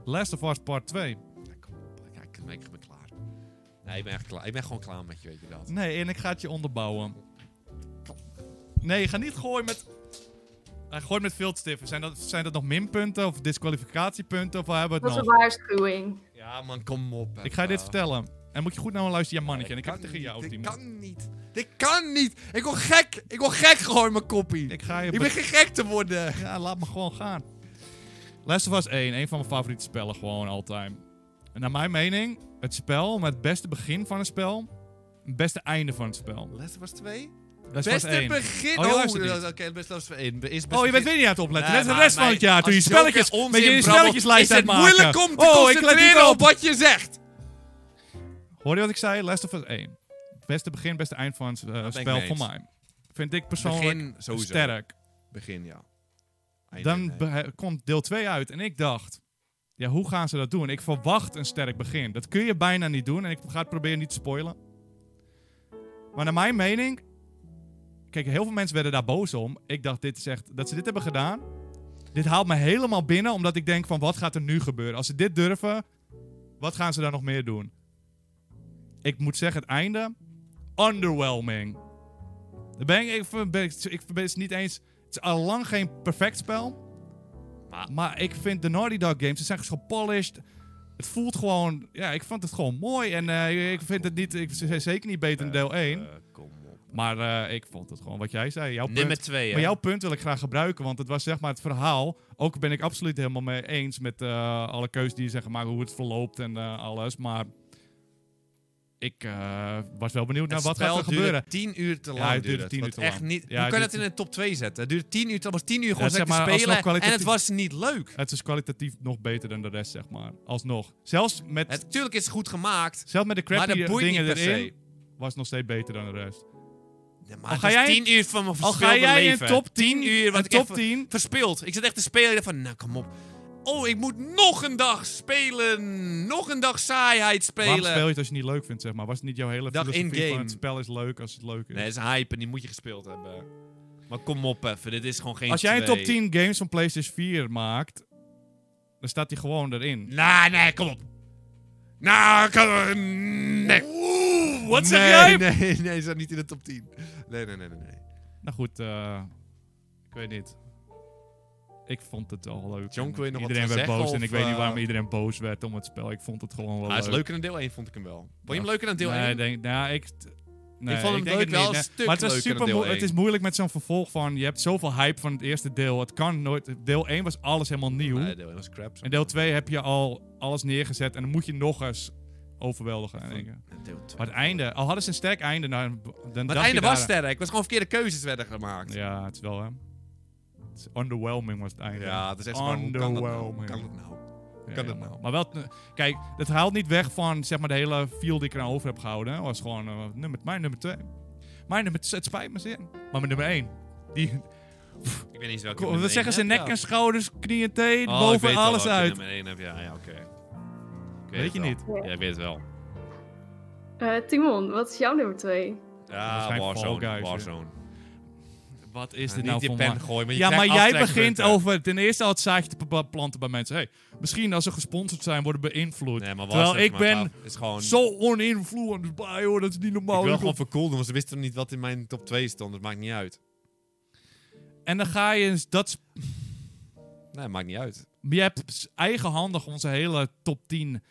A: Last of Us Part 2.
B: Ja, kom op. Ja, ik, ben- ik ben klaar. Nee, ik ben echt klaar. Ik ben gewoon klaar met je, weet je dat.
A: Nee, en ik ga het je onderbouwen. Nee, ga niet gooien met... Hij gooit met viltstiffen. Zijn dat, zijn dat nog minpunten of disqualificatiepunten? Of waar hebben we
C: Dat
A: het
B: Nou.
C: is een
A: nog?
C: waarschuwing.
B: Ja, man, kom op.
A: Ik ga je dit
B: eh.
A: vertellen. En moet je goed naar me luisteren, ja
B: Ja,
A: mannetje. En ik heb
B: kan
A: het tegen jou,
B: niet,
A: Timo.
B: Dit kan niet. Dit kan niet. Ik word gek. Ik word gek gewoon in mijn koppie. Ik,
A: Ik ga je...
B: ben
A: be-
B: geen gek te worden.
A: Ja, laat me gewoon gaan. Last of Us 1. Een van mijn favoriete spellen gewoon altijd. En naar mijn mening, het spel met het beste begin van een spel... Het beste einde van het spel.
B: Last was 2?
A: Last of Us
B: Beste
A: 1.
B: begin.
A: Oh, je luistert niet.
B: Oké, best Last was 1.
A: Oh, je bent weer niet aan het opletten.
B: Nee,
A: Net de
B: maar
A: rest van
B: mijn-
A: het jaar toen je
B: als zulke
A: spelletjes
B: onzin
A: met je
B: brabbelt,
A: spelletjeslijst aan het maken.
B: Is het moeilijk om te
A: oh, ik let niet
B: concentreren
A: op.
B: op wat je zegt?
A: Hoor je wat ik zei? Last of Us 1. Beste begin, beste eind van het eh,
B: ik
A: spel
B: mee
A: voor
B: eens.
A: mij. Vind ik persoonlijk
B: Begin sowieso.
A: sterk.
B: Begin, ja. Einde,
A: Dan
B: nee.
A: be- komt deel 2 uit en ik dacht... Ja, hoe gaan ze dat doen? Ik verwacht een sterk begin. Dat kun je bijna niet doen en ik ga het proberen niet te spoilen. Maar naar mijn mening... Kijk, heel veel mensen werden daar boos om. Ik dacht, dit is echt... Dat ze dit hebben gedaan... Dit haalt me helemaal binnen, omdat ik denk van... Wat gaat er nu gebeuren? Als ze dit durven... Wat gaan ze daar nog meer doen? Ik moet zeggen, het einde... Underwhelming. Daar ben ik... Ik, ben, ik, ik ben het niet eens... Het is al lang geen perfect spel.
B: Maar-
A: Maar ik vind de Naughty Dog games, ze zijn gepolished. Het voelt gewoon, ja, ik vond het gewoon mooi. En eh, ik vind het niet, ik, ze zijn zeker niet beter dan deel 1.
B: Eh, kom op.
A: Maar eh, ik vond het gewoon wat jij zei. Jouw
B: Nummer
A: punt,
B: 2,
A: maar jouw punt wil ik graag gebruiken, want het was zeg maar het verhaal. Ook ben ik absoluut helemaal mee eens met eh, alle keuzes die je zegt, maar hoe het verloopt en eh, alles. Maar ik eh, was wel benieuwd naar
B: Het
A: wat gaat er
B: spel duurde
A: gebeuren.
B: 10 uur te lang.
A: het duurde
B: duurde
A: 10 uur
B: Wat
A: te
B: echt
A: lang.
B: Niet,
A: Ja,
B: hoe
A: het
B: kan
A: duurt-
B: het in de top 2 zetten? Het duurde 10 uur, het was 10 uur gewoon
A: zeg
B: lekker
A: maar, alsnog
B: spelen en het
A: kwalitatief-
B: was niet leuk.
A: Het is kwalitatief nog beter dan de rest, zeg maar. Alsnog. Zelfs met,
B: Het, tuurlijk is het goed gemaakt,
A: zelfs met de
B: maar
A: crappy eh,
B: dat boeit
A: dingen
B: niet per se.
A: erin, was het nog steeds beter dan de rest.
B: Ja,
A: Al
B: maar het
A: ga
B: is
A: jij
B: 10 uur van mijn
A: Al
B: verspeelde
A: ga jij
B: leven.
A: in top 10
B: uur, wat
A: een
B: ik
A: top
B: even-
A: 10.
B: Verspild. Ik zat echt te spelen en van, nou kom op. Oh, ik moet nog een dag spelen. Nog een dag saaiheid
A: Waarom
B: spelen.
A: speel je het als je het niet leuk vindt, zeg maar? Was het niet jouw hele
B: Dag
A: filosofie
B: in-game.
A: van het spel is leuk als het leuk is?
B: Nee, dat is hype en die moet je gespeeld hebben. Maar kom op even, dit is gewoon geen
A: als jij een top
B: twee.
A: 10 games van PlayStation 4 maakt, dan staat die gewoon erin.
B: Nou, nee, kom op. Nou, kan Nee.
A: wat zeg jij?
B: Nee, nee, ze staat niet in de top 10. Nee, nee, nee, nee. nee.
A: Nou goed, eh, ik weet niet. Ik vond het wel leuk.
B: John,
A: En
B: wil je nog wat
A: iedereen
B: gaan
A: werd
B: zeggen,
A: boos en ik
B: of,
A: weet niet
B: eh,
A: waarom iedereen boos werd om het spel. Ik vond het gewoon wel
B: Hij
A: leuk.
B: is leuker dan deel 1, vond ik hem wel. Vond je hem
A: Ja.
B: leuker dan deel
A: nee,
B: 1?
A: Denk, nou, ik, t- nee,
B: vond hem
A: denk
B: leuk
A: het
B: wel
A: niet,
B: een
A: nee.
B: stuk
A: maar het, was
B: leuker dan
A: super
B: deel
A: moe- het
B: één.
A: is moeilijk met zo'n vervolg van... Je hebt zoveel hype van het eerste deel. Het kan nooit... Deel 1 was alles helemaal nieuw.
B: Nee, deel 1 was crap.
A: En deel 2 heb je al alles neergezet en dan moet je nog eens overweldigen. En denken.
B: Nee, deel 2.
A: Maar het einde, al hadden ze een sterk einde, nou, dan dacht
B: Maar
A: je
B: het einde
A: daar-
B: was sterk. Het was gewoon verkeerde keuzes werden gemaakt.
A: Ja, het is wel hè. Het is underwhelming was het einde.
B: Ja, het is echt gewoon, hoe kan dat nou? Hoe
A: Underwhelming.
B: kan dat nou?
A: Ja,
B: kan dat
A: jammer.
B: nou?
A: Maar wel, eh, kijk, het haalt niet weg van zeg maar de hele feel die ik eraan over heb gehouden. Dat was gewoon eh, nummer, mijn nummer 2. Mijn nummer, het spijt me zeer. Maar mijn nummer 1. Die,
B: Ik weet niet eens welke
A: wat zeggen ze? Nek en schouders, knieën, teen,
B: Oh, ik
A: boven
B: weet wel
A: alles
B: welke
A: uit.
B: nummer één heb, ja, ja, oké. Ik
A: Weet
B: het
A: je
B: wel.
A: niet?
B: Ja, ik weet het wel.
C: Eh, Timon, wat is jouw nummer 2?
B: Ja,
A: Waarschijnlijk Fall
B: Warzone,
A: Guys, ja.
B: Warzone.
A: Wat is
B: Ja,
A: dit
B: niet
A: nou
B: je
A: voor
B: pen
A: ma-
B: gooien, maar je
A: Ja, maar
B: krijgt
A: jij
B: aftrekpunten.
A: begint over ten eerste al het zaadje te pla- planten bij mensen. Hey, misschien als ze gesponsord zijn worden beïnvloed.
B: Nee, maar
A: Terwijl
B: Warzone
A: ik
B: maakt
A: ben
B: af. is gewoon,
A: zo oninvloed. Bah, joh, dat is niet normaal.
B: ik wil
A: Ik
B: gewoon vercool doen, want ze wisten niet wat in mijn top 2 stond. Dat maakt niet uit.
A: wil- En dan ga je eens dat. sp-
B: Nee, maakt niet uit.
A: Je hebt s- eigenhandig onze hele top 10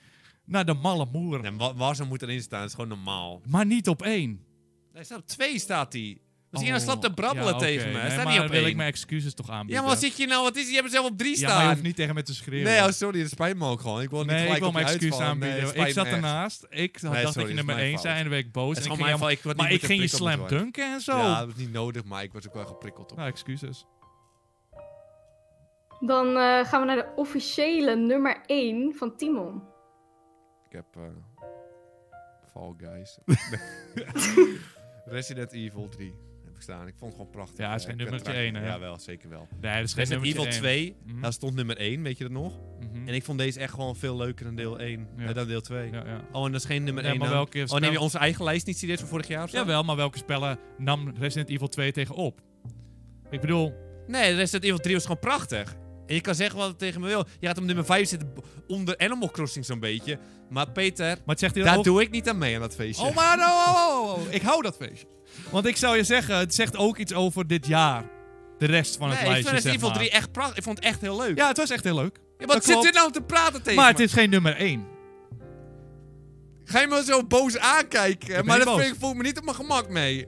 A: naar de malle moer.
B: Nee, wa- Warzone moet erin staan, dat is gewoon normaal.
A: Maar niet op één.
B: Hij staat op 2 staat hij. Misschien
A: Oh,
B: dan slapt te brabbelen
A: ja, oké.
B: tegen me. Hij
A: Nee,
B: staat
A: maar
B: niet
A: dan
B: op
A: wil
B: 1.
A: ik mijn excuses toch aanbieden.
B: Ja, maar wat zit je nou? Wat is Je hebt hem zelf op 3
A: Ja, maar je
B: staan.
A: hoeft niet tegen me te schreeuwen.
B: nee, oh, sorry, dat spijt me ook gewoon. Ik wil niet
A: Nee,
B: gelijk
A: ik wil
B: op
A: mijn
B: je
A: excuus
B: uitvallen. Nee,
A: aanbieden.
B: het spijt
A: ik zat
B: me echt.
A: ernaast. Ik had-
B: Nee,
A: dacht
B: sorry,
A: dat je
B: is
A: nummer
B: mijn
A: 1
B: fout.
A: zei en dan werd ik boos.
B: Het is
A: en ik
B: gewoon mijn
A: ging
B: fout. Ik word
A: Maar
B: niet
A: ik
B: met de
A: ging je
B: prik op het
A: slam
B: woord.
A: dunken en zo.
B: Ja, dat was niet nodig, maar ik was ook wel geprikkeld op.
A: Nou, excuses.
C: Dan eh, gaan we naar de officiële nummer 1 van Timon.
B: Ik heb eh, Fall Guys. Resident Evil 3 heb ik staan. Ik vond het gewoon prachtig.
A: Ja, is geen nummertje één, hè?
B: Ja, wel, zeker wel.
A: Nee, dat is geen
B: Resident Evil
A: nummertje
B: 2,
A: één. Mhm.
B: daar stond nummer 1, weet je dat nog?
A: Mhm.
B: En ik vond deze echt gewoon veel leuker dan deel 1,
A: Ja.
B: eh, dan deel 2.
A: Ja, ja.
B: Oh, en dat is geen nummer
A: Ja,
B: 1
A: maar
B: dan?
A: welke
B: Oh, neem je
A: spel-
B: onze eigen lijst niet serieus van vorig jaar of zo?
A: Jawel, maar welke spellen nam Resident Evil 2 tegen op? Ik bedoel,
B: Nee, Resident Evil 3 was gewoon prachtig. En je kan zeggen wat het tegen me wil. Je gaat op nummer 5 zitten b- onder Animal Crossing zo'n beetje. Maar Peter,
A: maar het zegt hij dan
B: daar
A: ook...
B: doe ik niet aan mee aan dat feestje.
A: Oh, maar oh, oh, oh, oh. ik hou dat feestje. Want ik zou je zeggen, het zegt ook iets over dit jaar. De rest van
B: nee,
A: het
B: ik
A: lijstje,
B: vind Resident
A: zeg
B: Evil
A: maar.
B: 3 echt prachtig. Ik vond het echt heel leuk.
A: Ja, het was echt heel leuk.
B: Ja,
A: dat
B: wat zit
A: klopt.
B: dit nou te praten tegen
A: Maar
B: me?
A: het is geen nummer 1.
B: Ga je me zo boos aankijken?
A: ben
B: maar
A: niet
B: daar
A: boos.
B: vind ik- voel ik me niet op mijn gemak mee.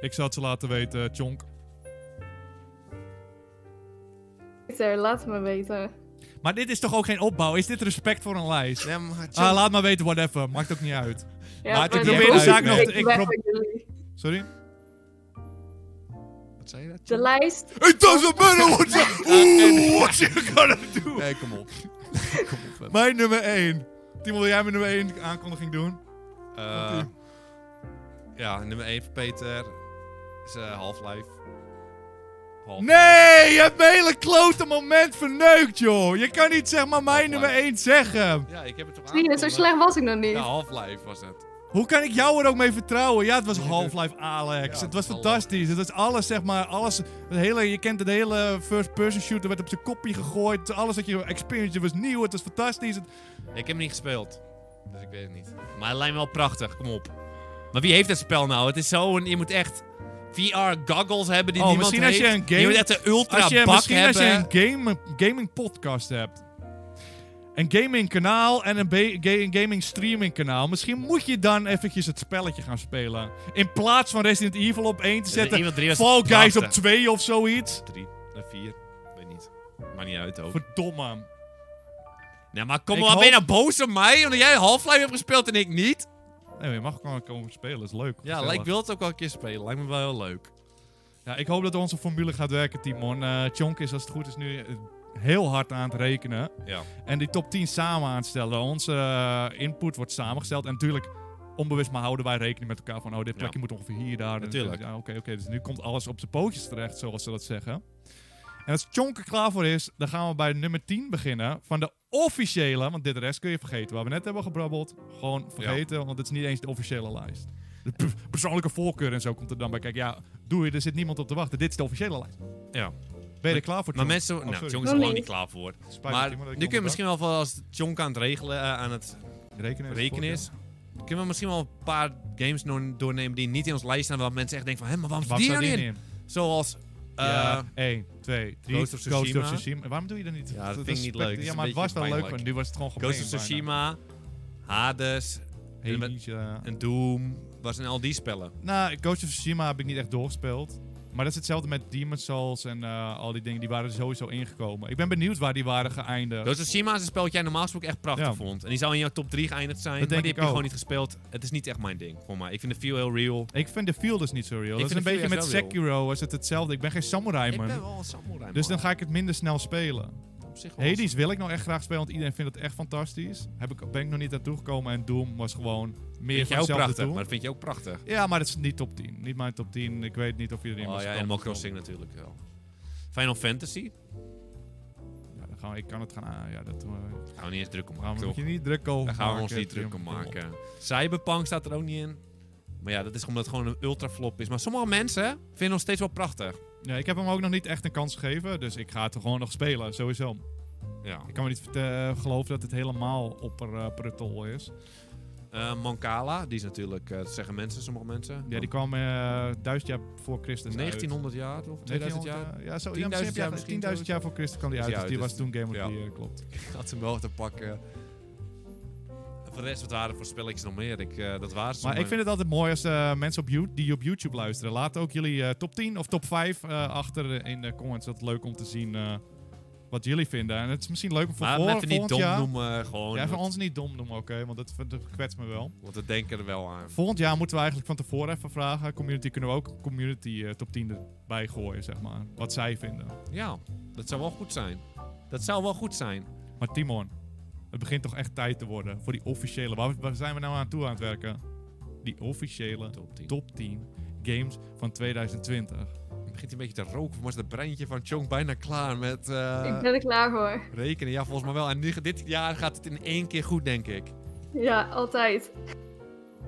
A: Ik zal het ze laten weten, Chonk.
C: Peter, laat het me weten.
A: Maar dit is toch ook geen opbouw? Is dit respect voor een lijst?
B: Nee, maar chill.
A: Ah, laat maar weten, whatever. Maakt ook niet uit.
C: Ja,
A: Maar ik
C: ben
B: probeer
C: boos.
B: de zaak nog-
C: Ik
A: ik
C: ben
A: pro-
C: voor jullie.
A: Sorry?
B: Wat zei je dat?
C: De lijst.
B: It doesn't matter what you... Oeh, what you gonna do? Nee, kom op. kom op.
A: Mijn nummer 1. Timo, wil jij mijn nummer 1 aankondiging doen?
B: Eh, ja, nummer 1 voor Peter is eh, Half-Life. Half
A: Nee, je hebt mijn hele klote moment verneukt, joh. Je kan niet zeg maar mijn nummer 1 zeggen.
B: Ja, ik heb het toch
C: Zie je, zo
B: aangekondigd.
C: slecht was ik nog niet.
B: Ja, Half-Life was het.
A: Hoe kan ik jou er ook mee vertrouwen? Ja, het was Half-Life Alex.
B: Ja,
A: het was
B: hallo.
A: fantastisch. Het was alles, zeg maar, alles. Het hele, je kent het hele first-person shooter, werd op zijn kopje gegooid. Alles wat je experience was nieuw. Het was fantastisch. Het-
B: Ik heb hem niet gespeeld. Dus ik weet het niet. Maar het lijkt me wel prachtig, kom op. Maar wie heeft dat spel nou? Het is zo een... Je moet echt VR-goggles hebben die
A: Oh,
B: niemand
A: misschien als je
B: heeft.
A: een game-
B: Je moet echt een
A: Als je,
B: ultra-bak
A: misschien
B: hebben.
A: als je een game, gaming podcast hebt. Een gaming kanaal en een, be- ga- een gaming streaming kanaal. Misschien moet je dan eventjes het spelletje gaan spelen. In plaats van Resident Evil op 1 te zetten.
B: Evil 3 was
A: Fall Guys op
B: prachtig.
A: 2 of zoiets.
B: 3, 4, eh, weet niet. Maakt niet uit ook.
A: Verdomme.
B: Nou, maar kom
A: Ik
B: maar, ben je
A: hoop-
B: nou boos op mij? Omdat jij Half-Life hebt gespeeld en ik niet?
A: Nee, maar je mag gewoon komen spelen. is leuk.
B: Ja,
A: Gezellig.
B: ik wil het ook wel een keer spelen. Lijkt me wel heel leuk.
A: Ja, ik hoop dat onze formule gaat werken, Timon. Eh Chonk is als het goed is nu eh, heel hard aan het rekenen.
B: Ja.
A: En die top 10 samen aanstellen. Onze eh, input wordt samengesteld. En natuurlijk, onbewust maar houden wij rekening met elkaar. Van, oh, dit plekje moet ongeveer hier, daar.
B: Natuurlijk.
A: Ja, oké, oké. Dus nu komt alles op zijn pootjes terecht, zoals ze dat zeggen. En als Chonk er klaar voor is, dan gaan we bij nummer 10 beginnen. Van de officiële, want dit rest kun je vergeten. Waar we net hebben gebrabbeld, gewoon vergeten. Want het is niet eens de officiële lijst. De pers- persoonlijke voorkeur en zo komt er dan bij. Kijk, ja, doe je, er zit niemand op te wachten. Dit is de officiële lijst.
B: Ja.
A: Ben je er klaar voor,
B: Maar
A: Chonk?
B: mensen... nou,
A: sorry.
B: Jong is
C: Nog
B: er lang
C: niet.
B: niet klaar voor.
A: Spijt me,
B: Maar
A: Timon, dat ik
B: nu
A: onderbrak.
B: kunnen we misschien wel, wel als Jonk aan het regelen, eh, aan het
A: rekenen. is
B: rekenen
A: het
B: is... Kunnen we misschien wel een paar games no- doornemen die niet in ons lijst staan, waar mensen echt denken van, hé, maar waarom
A: Waarom
B: zit die er
A: staat
B: niet
A: die
B: in?
A: niet in?
B: Zoals... eh,
A: ja, 1, 2, 3.
B: Ghost of Tsushima.
A: Waarom doe je dat niet?
B: Ja, dat vind ik niet
A: respect-
B: leuk. Dat is
A: Ja,
B: een
A: maar het was
B: beetje
A: wel leuk,
B: pijnlijk.
A: want nu was het gewoon gemeen.
B: Ghost of Tsushima, Hades
A: bijna.
B: met-
A: Hades, ja.
B: en Doom. Wat zijn al die spellen?
A: eh. Nou, Ghost of Tsushima heb ik niet echt doorgespeeld. Maar dat is hetzelfde met Demon's Souls en eh, al die dingen. Die waren er sowieso ingekomen. Ik ben benieuwd waar die waren geëindigd.
B: Ghost of Tsushima is een spel dat jij normaal gesproken echt prachtig
A: Ja.
B: vond. En die zou in jouw top 3 geëindigd zijn,
A: Dat
B: maar
A: denk
B: die heb
A: ik
B: je
A: ook.
B: gewoon niet gespeeld. Het is niet echt mijn ding, voor mij. Ik vind de feel heel real.
A: Ik vind de feel dus niet zo real. dat is een
B: vind de
A: beetje
B: feel
A: met
B: juist wel real.
A: Sekiro. Was het hetzelfde. Ik ben geen samurai,
B: ik
A: man.
B: ben wel een samurai,
A: dus dan ga ik het minder snel spelen.
B: ik op zich wel
A: Hades wil ik nog echt graag spelen, want iedereen vindt het echt fantastisch. Heb ik, ben ik nog niet aan toegekomen. En Doom was gewoon meer van
B: Vind jij ook
A: hetzelfde
B: prachtig,
A: Doom.
B: maar dat vind je ook prachtig.
A: Ja, maar dat is niet top 10. Niet mijn top 10. Ik weet niet of iedereen...
B: Oh
A: was
B: ja,
A: gekomen.
B: Animal Crossing natuurlijk wel. Final Fantasy?
A: Ja, dan gaan we- ik kan het gaan... aan- ja, dat eh,
B: Gaan we niet eens druk om
A: gaan
B: maken,
A: we
B: toch?
A: moet je niet druk over
B: Daar gaan we ons
A: maken,
B: niet druk om
A: Tim. Kom op.
B: maken. Cyberpunk staat er ook niet in. Maar ja, dat is omdat het gewoon een ultraflop is. Maar sommige mensen vinden het nog steeds wel prachtig.
A: Ja, ik heb hem ook nog niet echt een kans gegeven. Dus ik ga het gewoon nog spelen, sowieso.
B: Ja.
A: Ik kan me niet vert- eh, geloven dat het helemaal opperpruttel is.
B: Eh, Mancala, die is natuurlijk, eh, dat zeggen mensen, sommige mensen.
A: Ja, die dus kwam eh duizend jaar voor Christus
B: 1900 jaar toch?
A: uit.
B: 2000
A: 1900,
B: jaar?
A: eh, Ja, zo, 10.000
B: 10.000
A: ja,
B: jaar
A: jaar,
B: misschien
A: 10.000 jaar voor Christus kwam die uit.
B: Ja,
A: Dus die
B: dus-
A: was toen Game of
B: ja.
A: the Year, klopt.
B: Ik had hem wel te pakken. En Voor de rest, wat waren voor spelletjes nog meer? Ik, eh, dat waren ze.
A: Maar ik vind het altijd mooi als eh, mensen op YouTube, die op YouTube luisteren. Laat ook jullie eh, top 10 of top 5 eh, achter in de comments. Dat is leuk om te zien eh, wat jullie vinden. En het is misschien leuk om voor
B: Maar
A: voor-
B: even niet
A: volgend
B: dom
A: jaar...
B: noemen, gewoon.
A: Ja, van
B: want,
A: ons niet dom noemen, oké, want dat, vind- dat kwetst me wel.
B: want we denken er wel aan.
A: Volgend jaar moeten we eigenlijk van tevoren even vragen. Community kunnen we ook een community eh, top 10 erbij gooien, zeg maar. Wat zij vinden.
B: Ja, dat zou wel goed zijn. Dat zou wel goed zijn.
A: Maar Timon, Het begint toch echt tijd te worden voor die officiële. Waar, waar zijn we nou aan toe aan het werken? Die officiële
B: Top 10.
A: top 10 games van 2020.
B: Het begint een beetje te roken, maar is het breintje van Chong bijna klaar met eh,
C: Ik ben er klaar voor.
B: rekenen. Ja, volgens mij wel. En nu, dit jaar gaat het in één keer goed, denk ik.
C: Ja, altijd.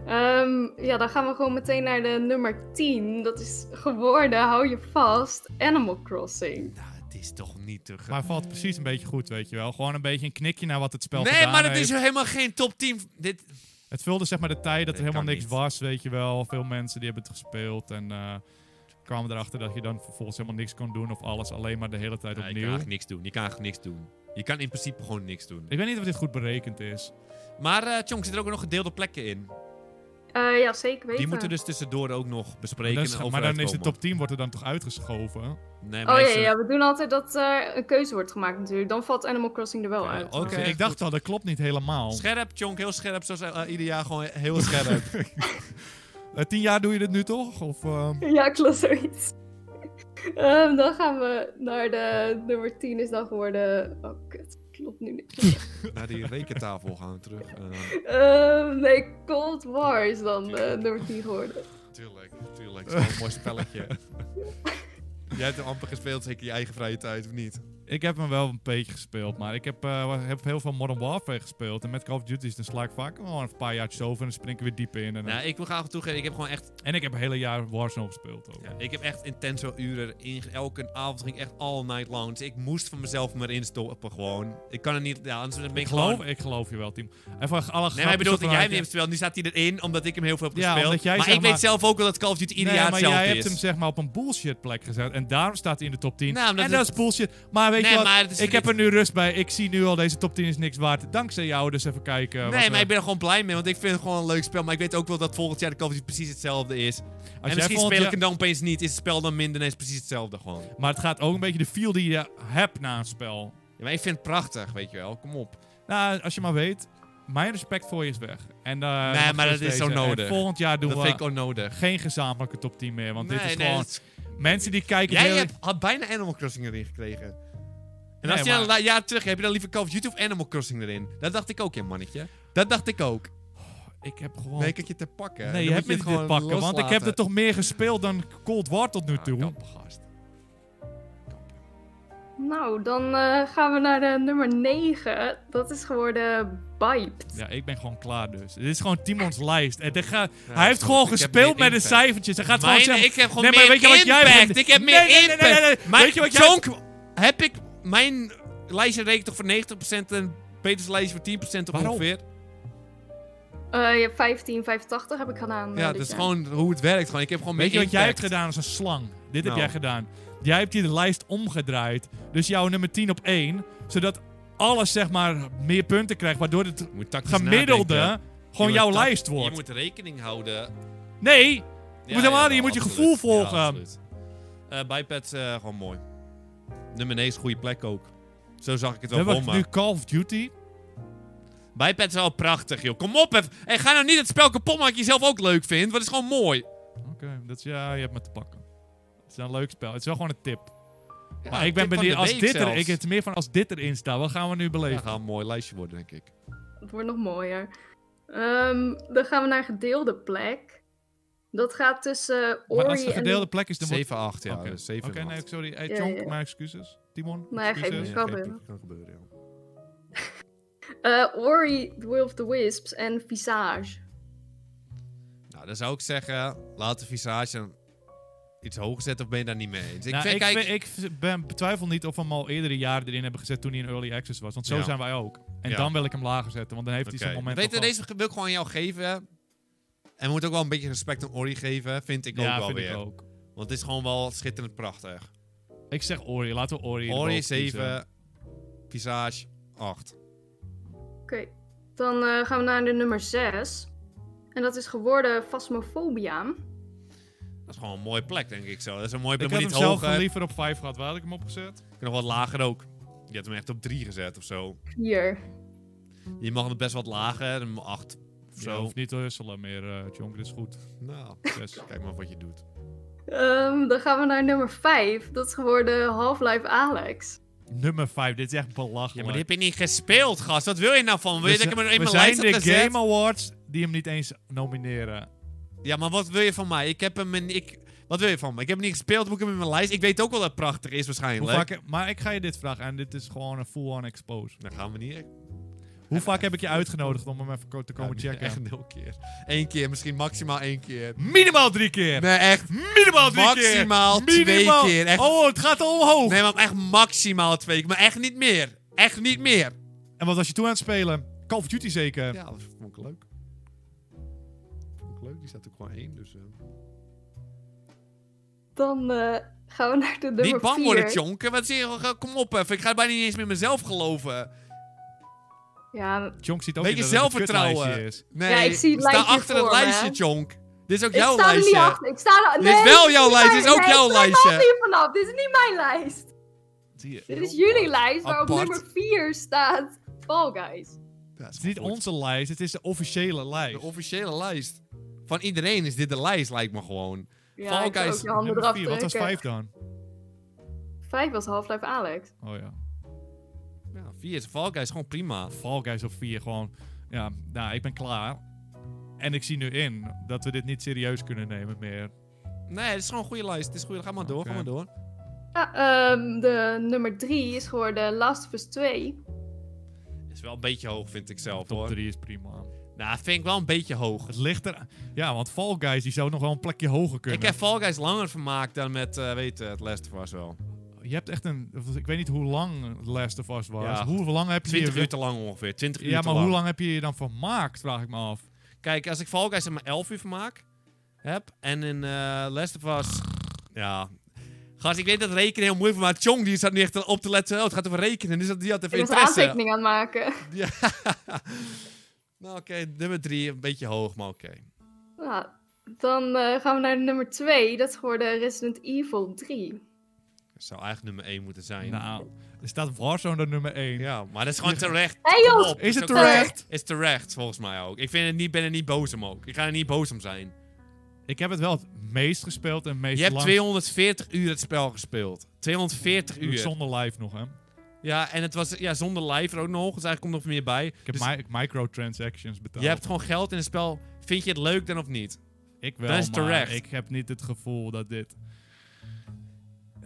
C: Ehm, ja, dan gaan we gewoon meteen naar de nummer 10. Dat is geworden, hou je vast, Animal Crossing.
B: Nou, het is toch niet te ge-
A: Maar het valt precies een beetje goed, weet je wel. Gewoon een beetje een knikje naar wat het spel
B: Nee,
A: gedaan
B: maar het is
A: heeft.
B: helemaal geen top 10. Dit,
A: Het vulde zeg maar de tijd dat er
B: Nee,
A: helemaal
B: kan
A: niks
B: niet.
A: was, weet je wel. Veel mensen die hebben het gespeeld en eh, kwamen erachter dat je dan vervolgens helemaal niks kon doen of alles alleen maar de hele tijd
B: Nee, je kan
A: opnieuw.
B: eigenlijk niks doen. Je kan eigenlijk niks doen. Je kan in principe gewoon niks doen.
A: Ik weet niet of dit goed berekend is.
B: Maar eh Chong, zit er ook nog gedeelde plekken in?
C: Eh, ja, zeker weten.
B: Die moeten dus tussendoor ook nog bespreken.
A: Dat is- maar
B: en
A: dan is de
B: overuitkomen.
A: top 10 wordt er dan toch uitgeschoven.
B: Nee, maar
C: Oh ja,
B: is er-
C: ja, we doen altijd dat er een keuze wordt gemaakt natuurlijk. Dan valt Animal Crossing er wel
B: Ja,
C: uit.
B: oké.
C: maar-
A: Dus ik dacht al, dat klopt niet helemaal.
B: Scherp, Chonk, heel scherp. Zoals eh, ieder jaar gewoon heel scherp.
A: Eh, tien jaar doe je dit nu toch? Of, ehm,
C: Ja, klopt zoiets. Ehm, dan gaan we naar de nummer 10 is dan geworden... Oh, kut. Klopt nu niet.
B: Naar die rekentafel gaan we terug. Eh,
C: Ehm, nee, Cold War is dan eh, nummer 10 geworden.
B: tuurlijk, tuurlijk. Het is wel een mooi spelletje. Jij hebt hem amper gespeeld, zeker in je eigen vrije tijd, of niet?
A: ik heb hem wel een beetje gespeeld, maar ik heb, eh, heb heel veel Modern Warfare gespeeld. En met Call of Duty dan sla ik vaak gewoon een paar jaar over en dan spring ik weer diep in. En,
B: Nou, ik wil graag toegeven, ik heb gewoon echt,
A: en ik heb een hele jaar Warzone gespeeld ook.
B: ja, ik heb echt intense uren. In, elke avond ging ik echt all night long. Dus ik moest van mezelf maar instoppen gewoon. Ik kan het niet, ja, anders ben ik,
A: Ik
B: gewoon...
A: geloof, ik geloof je wel, Tim. Even alle
B: Nee, maar ik bedoel dat jij hem hebt gespeeld. Nu staat hij erin, omdat ik hem heel veel heb
A: Ja,
B: gespeeld.
A: omdat jij,
B: maar
A: zeg
B: ik
A: maar-
B: weet zelf ook wel dat Call of Duty ieder
A: Nee,
B: jaar
A: maar
B: hetzelfde
A: jij
B: is.
A: hebt hem zeg maar op een bullshit plek gezet. En daarom staat hij in de top 10.
B: Nou, omdat
A: en dat
B: het-
A: is bullshit. Maar weet
B: Nee,
A: je wat?
B: maar het is-
A: ik heb er nu rust bij. Ik zie nu al deze top 10 is niks waard. Dankzij jou, dus even kijken. wat
B: Nee,
A: we-
B: maar ik ben er gewoon blij mee, want ik vind het gewoon een leuk spel. Maar ik weet ook wel dat volgend jaar de Call of Duty precies hetzelfde is.
A: jij
B: en misschien
A: volgend
B: speel ik
A: jaar-
B: hem dan opeens niet. Is het spel dan minder? Nee, is het precies hetzelfde gewoon.
A: Maar het gaat ook een beetje de feel die je hebt na een spel.
B: Ja, maar ik vind het prachtig, weet je wel. Kom op.
A: Nou, als je maar weet, mijn respect voor je is weg. En, eh,
B: Nee,
A: nog
B: maar dat
A: steeds
B: is zo
A: deze. En
B: nodig.
A: volgend jaar doen
B: dat
A: we
B: vind ik onnodig.
A: geen gezamenlijke top 10 meer. eh, Want dit
B: Nee,
A: is
B: nee,
A: gewoon...
B: dat is-
A: Mensen die kijken...
B: Jij
A: heel-
B: hebt, had bijna Animal Crossing erin gekregen.
A: Nee,
B: En als je dan
A: maar-
B: een la- jaar terug heb je dan liever Call of Duty of Animal Crossing erin? Dat dacht ik ook, ja, mannetje. Dat dacht ik ook.
A: Ik heb gewoon...
B: Nee, ik had je te pakken. Dan
A: Nee, je
B: moet
A: hebt me
B: het
A: niet
B: gewoon
A: dit pakken, want ik heb
B: loslaten.
A: er toch meer gespeeld dan Cold War tot nu
B: Ah,
A: toe.
B: kamp, gast.
C: Nou, dan eh, gaan we naar de nummer 9. Dat is geworden Biped.
A: Ja, ik ben gewoon klaar dus. Dit is gewoon Timons lijst. En dit gaat-
B: Ja,
A: hij heeft
B: goed,
A: gewoon
B: ik heb
A: gespeeld
B: meer
A: met de
B: impact.
A: cijfertjes. Hij gaat
B: Mijn-
A: gewoon zeggen...
B: ik heb gewoon
A: Nee, maar
B: meer
A: weet je wat jij
B: impact.
A: bent?
B: Ik heb
A: Nee,
B: meer
A: nee, nee,
B: impact.
A: nee, nee, nee.
B: Maar
A: Weet je wat jij-
B: Jonk, heb ik mijn lijstje rekent toch voor 90% en Peters lijstje voor 10% of
A: Waarom?
B: ongeveer?
C: Eh, ja, 15, 85 heb ik gedaan. eh,
B: Ja,
C: dit
B: dat is
C: jaar.
B: gewoon hoe het werkt. Gewoon. Ik heb gewoon
A: Weet je
B: meer
A: wat jij hebt
B: impact.
A: gedaan als een slang? Dit
B: Nou.
A: heb jij gedaan. Jij hebt hier de lijst omgedraaid. Dus jouw nummer 10 op 1. Zodat alles zeg maar meer punten krijgt. Waardoor het
B: Je moet tactisch
A: gemiddelde
B: nadenken.
A: gewoon
B: Je
A: jouw
B: moet tact-
A: lijst wordt.
B: Je moet rekening houden.
A: Nee! Je
B: Ja,
A: moet helemaal
B: ja,
A: niet. Je moet je
B: absoluut.
A: gevoel
B: Ja,
A: volgen.
B: absoluut. Eh, Biped, eh, gewoon mooi. Nummer 9 is goede plek ook. Zo zag ik het
A: We
B: wel
A: hebben
B: voor me.
A: nu Call of Duty.
B: Biped is wel prachtig, joh. Kom op, even. Hey, ga nou niet het spel kapot maken dat je zelf ook leuk vindt. Want het is gewoon mooi.
A: Oké, dat is... Ja, je hebt me te pakken. Het is een leuk spel. Het is wel gewoon een tip.
B: Ja,
A: maar ik ben
B: tip van
A: benieuwd,
B: de
A: als
B: week
A: dit er,
B: zelfs.
A: ik het meer van als dit erin staat, wat gaan we nu
B: Ja,
A: beleven?
B: gaat een mooi lijstje worden, denk ik.
C: Het wordt nog mooier. Ehm, dan gaan we naar gedeelde plek. Dat gaat tussen Ori
A: maar als de gedeelde
C: en...
A: plek is, dan
B: 7-8,
A: wordt...
B: ja.
A: Oké.
B: dus 7
A: Oké, nou, nee, sorry. Hey,
C: Ja,
A: Chonk,
C: ja, ja.
A: mijn excuses. Timon,
C: Nee, geef
A: excuses.
C: niet. kan gebeuren.
B: kan gebeuren, joh.
C: Eh, Ori, The Will of the Wisps en Visage.
B: Nou, dan zou ik zeggen, laat de visage iets hoger zetten of ben je daar niet mee eens? Ik
A: Nou,
B: vind,
A: ik,
B: kijk,
A: vind- ik v- ben, betwijfel niet of we hem al eerdere jaren erin hebben gezet toen hij in early access was. Want zo
B: Ja.
A: zijn wij ook. En
B: Ja.
A: dan wil ik hem lager zetten, want dan heeft hij
B: oké.
A: zo'n moment.
B: Weet je,
A: al
B: deze wil ik gewoon aan jou geven. En we moeten ook wel een beetje respect aan Ori geven, vind ik
A: van- ja,
B: ook wel
A: vind
B: weer.
A: ik ook.
B: Want het is gewoon wel schitterend prachtig.
A: Ik zeg Ori, laten we Ori
B: Ori
A: erboven kiezen.
B: 7, visage 8.
C: Oké, dan eh, gaan we naar de nummer 6. En dat is geworden Phasmophobia.
B: Dat is gewoon een mooie plek, denk ik zo. Dat is een mooie
A: Ik
B: plek,
A: had
B: maar
A: hem
B: niet
A: zelf
B: hoger. Ik
A: liever op 5 gehad. Waar had ik hem opgezet?
B: heb nog wat lager ook. Je hebt hem echt op 3 gezet of zo.
C: 4.
B: Je mag hem best wat lager, een 8 of
A: Zo. Je
B: zo.
A: hoeft niet te husselen meer, eh Jonk. Dit is goed.
B: Nou,
A: Zes.
B: kijk maar wat je doet.
C: Ehm, dan gaan we naar nummer 5. Dat is geworden Half-Life Alex.
A: Nummer 5, dit is echt belachelijk.
B: Ja, maar die heb je niet gespeeld, gast. Wat wil je nou van? Wil je
A: We
B: dat ik
A: zi-
B: hem
A: we
B: in mijn
A: zijn
B: lijst
A: de
B: heb gezet?
A: Game Awards die hem niet eens nomineren.
B: Ja, maar wat wil je van mij? Ik heb hem in... Ik... Wat wil je van me? Ik heb hem niet gespeeld, moet ik hem in mijn lijst? Ik weet ook wel dat het prachtig is
A: Hoe
B: waarschijnlijk.
A: vaak, maar ik ga je dit vragen en dit is gewoon een full-on expose.
B: Dan gaan we niet... echt-
A: Hoe vaak heb ik je uitgenodigd om hem even ko- te komen
B: Ja,
A: checken?
B: Echt nul keer. Eén keer, misschien maximaal één keer.
A: Minimaal drie keer!
B: Nee, echt.
A: Minimaal drie keer!
B: Maximaal twee
A: Minimaal-
B: keer, echt.
A: Oh, het gaat omhoog!
B: Nee, maar echt maximaal twee keer. Maar echt niet meer. Echt niet meer.
A: En wat was je toen aan het spelen? Call of Duty zeker?
B: Ja, dat vond ik leuk. Vond ik leuk. Die staat ook gewoon één, dus... eh.
C: Dan eh, gaan we naar de nummer 4.
B: Niet bang worden, jonken. Wat zie je? oh, Kom op even. Ik ga bijna niet eens meer mezelf geloven.
C: Ja,
A: Jonk ziet ook
B: Beetje
A: in dat het een
B: zelfvertrouwen.
A: kutlijstje is.
B: Nee,
C: Ja, ik zie het
B: sta
C: lijstje
B: achter het
C: voor me,
B: lijstje,
C: hè.
B: Jonk. Dit is ook
C: ik
B: jouw
C: sta er niet
B: lijstje.
C: achter. Ik sta er...
B: Dit is wel jouw lijst, dit is ook jouw lijstje.
C: Ik hier vanaf. Dit is niet mijn lijst.
A: Zie je?
C: Dit is jullie lijst, waar op
B: Apart.
C: nummer 4 staat Fall Guys.
B: Ja,
A: Het is niet onze lijst, het is de officiële
B: De
A: lijst.
B: officiële lijst. Van iedereen is dit de lijst, lijkt me gewoon.
C: Ja,
B: Fall
C: ik zou
B: Guys,
C: ook je handen
A: Nummer
C: eraf
A: vier, wat was
C: trekken.
A: vijf dan?
C: Vijf was Half-Life Alex.
A: Oh ja.
B: Ja, vier is Fall Guys, gewoon prima.
A: Fall Guys of 4 gewoon... Ja, nou, ik ben klaar. En ik zie nu in dat we dit niet serieus kunnen nemen meer.
B: Nee, het is gewoon een goede lijst. Het is goed. Ga maar door,
A: Oké.
B: ga maar door.
C: Ja, ehm, de nummer 3 is geworden Last of Us 2.
B: Is wel een beetje hoog, vind ik zelf,
A: Top
B: hoor.
A: 3 is prima.
B: Nou, vind ik wel een beetje hoog.
A: Het ligt er... Ja, want Fall Guys die zou nog wel een plekje hoger kunnen.
B: Ik heb Fall Guys langer vermaakt dan met, eh weet je, het Last of Us wel.
A: Je hebt echt een... Ik weet niet hoe lang The Last of Us was.
B: Ja,
A: hoe lang heb je...
B: 20
A: je-
B: uur te lang ongeveer, 20 uur
A: Ja,
B: te
A: maar
B: lang.
A: hoe lang heb je je dan vermaakt, vraag ik me af.
B: Kijk, als ik Fall Guys in mijn 11 uur vermaak heb en in eh Last of Us... Ja... Gast, ik weet dat rekenen heel moeilijk is, maar Chong die zat niet echt op te letten. Oh, het gaat over rekenen, dus dat- die had
C: Ik
B: even
C: was een
B: interesse.
C: aantekening aan het maken.
B: Ja. nou, oké, nummer drie, een beetje hoog, maar oké.
C: Nou, dan eh, gaan we naar de nummer 2. Dat is geworden Resident Evil 3.
B: Dat zou eigenlijk nummer één moeten zijn.
A: Nou, er staat Warzone dan nummer 1.
B: Ja, maar dat is gewoon terecht.
C: Hey, joh!
B: Kom op,
A: Is het
B: ook-
A: terecht?
B: Is terecht, volgens mij ook. Ik vind het niet, ben er niet boos om ook. Ik ga er niet boos om zijn.
A: Ik heb het wel het meest gespeeld en het meest
B: Je hebt
A: lang
B: 240 uur het spel gespeeld. 240
A: gespeeld.
B: uur.
A: Zonder live nog, hè. Ik
B: Ja, en het was ja, zonder live er ook nog, dus eigenlijk komt er nog meer bij.
A: heb
B: Dus
A: mi- microtransactions betaald.
B: je hebt gewoon geld in het spel. Vind je het leuk dan of niet?
A: Ik wel,
B: Dat is
A: maar
B: terecht.
A: ik heb niet het gevoel dat dit...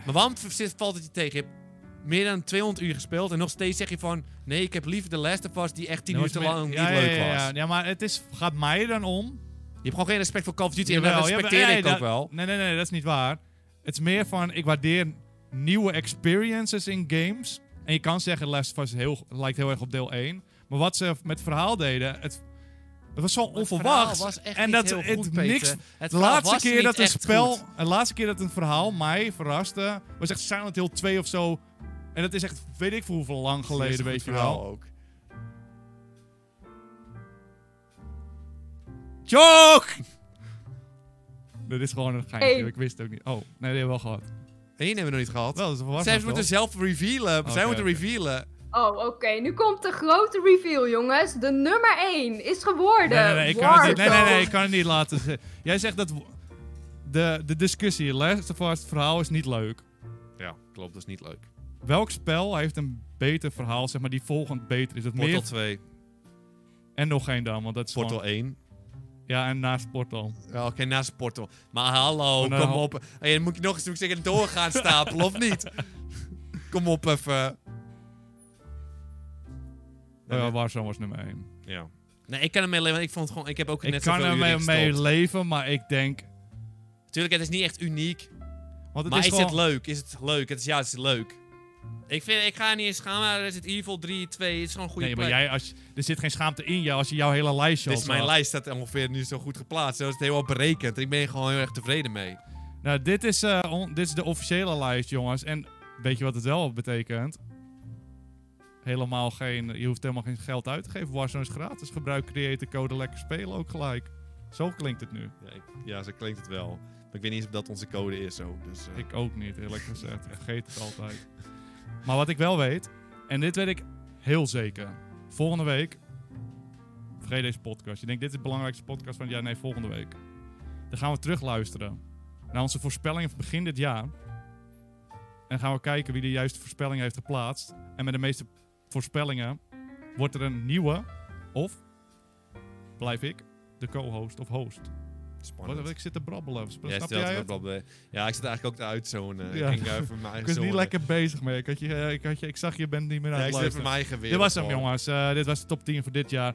B: Maar waarom v- zit- valt het je tegen? Je hebt meer dan 200 uur gespeeld en nog steeds zeg je van... Nee, ik heb liever de Last of Us die echt 10
A: Nou,
B: uur
A: het
B: te
A: is meer-
B: lang niet
A: Ja, ja,
B: leuk was.
A: ja, Ja, Ja, maar het is, gaat mij er dan om
B: Je hebt gewoon geen respect voor Call of Duty. en
A: Jawel,
B: dat respecteer
A: jawel,
B: ik
A: nee,
B: ook
A: dat-
B: wel.
A: Nee, nee, nee, dat is niet waar. Het is meer van, ik waardeer nieuwe experiences in games. En je kan zeggen, Last of Us heel, lijkt heel erg op deel 1. Maar wat ze met het verhaal deden, het, het was zo onverwacht. en dat het niks...
B: Het
A: De laatste, keer dat een spel, de laatste keer dat een verhaal mij verraste, was echt Silent Hill 2 of zo. En dat is echt, weet ik voor hoeveel lang geleden, weet je wel.
B: ook. Joke!
A: Dat is gewoon een geintje,
C: Hey.
A: ik wist het ook niet. Oh, nee, die hebben we al gehad.
B: Eén hebben we nog niet gehad.
A: Wel, dat is
B: Zij
A: verrassend,
B: moeten
A: toch?
B: zelf revealen. Zij
A: Oké,
B: moeten
A: oké.
B: revealen.
C: Oh, oké. Nu komt de grote reveal, jongens. De nummer 1 is geworden.
A: Nee, nee, nee, ik kan het niet, nee, nee, nee,
C: Warzone.
A: ik kan het niet laten zeggen. Jij zegt dat w- de, de discussie, Last of Us, het verhaal is niet leuk.
B: Ja, klopt. Dat is niet leuk.
A: Welk spel heeft een beter verhaal, zeg maar, die volgend beter is? Dat
B: Portal
A: meer
B: 2.
A: en nog geen dan, want dat is
B: Portal
A: gewoon-
B: 1.
A: Ja, en naast Portal.
B: Ja, Oké, naast Portal. Maar hallo,
A: Oh, nou,
B: kom
A: hal-
B: op. Hey, dan moet ik nog eens zeker doorgaan stapelen, of niet? Kom op even.
A: Ja, Warzone was nummer 1.
B: Ja. Nee, ik kan ermee leven, want ik vond het gewoon... Ik heb ook net
A: Ik kan
B: zoveel
A: er
B: uren
A: mee,
B: gestopt.
A: mee leven, maar ik denk...
B: Tuurlijk, het is niet echt uniek.
A: Want het
B: maar is,
A: is, gewoon,
B: het leuk? Is het leuk? Het is, ja, het is leuk. Ik, vind, ik ga niet eens gaan, maar Resident Evil 3, 2 het is gewoon een goede
A: Nee, maar
B: plek.
A: jij, als, er zit geen schaamte in jou als je jouw hele lijstje
B: Dit
A: al
B: is mijn
A: zag.
B: lijst staat ongeveer nu zo goed geplaatst. Zo is het helemaal berekend. Ik ben er gewoon heel erg tevreden mee.
A: Nou, dit is, eh, on- dit is de officiële lijst, jongens. En weet je wat het wel betekent? Helemaal geen, je hoeft helemaal geen geld uit te geven. Warzone is gratis. Gebruik creator code lekker spelen ook gelijk. Zo klinkt het nu.
B: Ja, ik- ja, zo klinkt het wel. Maar ik weet niet eens of dat onze code is zo. Dus, eh,
A: Ik ook niet, eerlijk gezegd. Ik vergeet het altijd. Maar wat ik wel weet, en dit weet ik heel zeker. Volgende week, vergeet deze podcast. Je denkt, dit is de belangrijkste podcast van het jaar. Nee, volgende week. Dan gaan we terug luisteren naar onze voorspellingen van begin dit jaar. En gaan we kijken wie de juiste voorspelling heeft geplaatst. En met de meeste voorspellingen wordt er een nieuwe. Of blijf ik de co-host of host. Wat,
B: Spannend.
A: wat ik zit te brabbelen. Snap
B: Jij stelt
A: jij
B: wel
A: het?
B: blablabla. Ja, ik zit eigenlijk ook uit zo'n.
A: Ja.
B: Ik ging eh, voor mijn
A: Ik
B: eigen
A: was niet
B: zone.
A: lekker bezig mee. Ik, had je, eh, ik, had je, ik zag je bent niet meer aan
B: Ja,
A: het
B: ik zit
A: luisteren.
B: voor mijn eigen weer.
A: Dit was hem, jongens. Eh, dit was de top 10 voor dit jaar.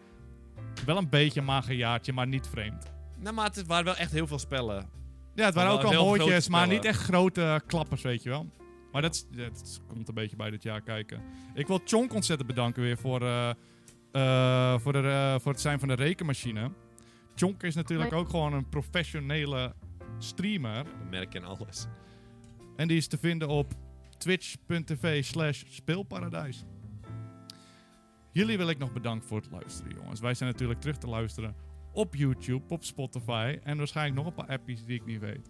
A: Wel een beetje een mager jaartje, maar niet vreemd.
B: Nou, maar het waren wel echt heel veel spellen.
A: Ja, het waren
B: wel
A: ook al
B: heel
A: mooitjes,
B: grote
A: maar
B: spellen.
A: niet echt grote eh, klappers, weet je wel. Maar dat, is- dat komt een beetje bij dit jaar kijken. Ik wil Chonk ontzettend bedanken weer voor, eh, eh, voor, de, eh, voor het zijn van de rekenmachine. Chonk is natuurlijk ook gewoon een professionele streamer.
B: We merken en alles.
A: En die is te vinden op twitch.tv slash speelparadijs. Jullie wil ik nog bedanken voor het luisteren, jongens. Wij zijn natuurlijk terug te luisteren op YouTube, op Spotify en waarschijnlijk nog een paar appies die ik niet weet.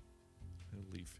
B: Heel lief.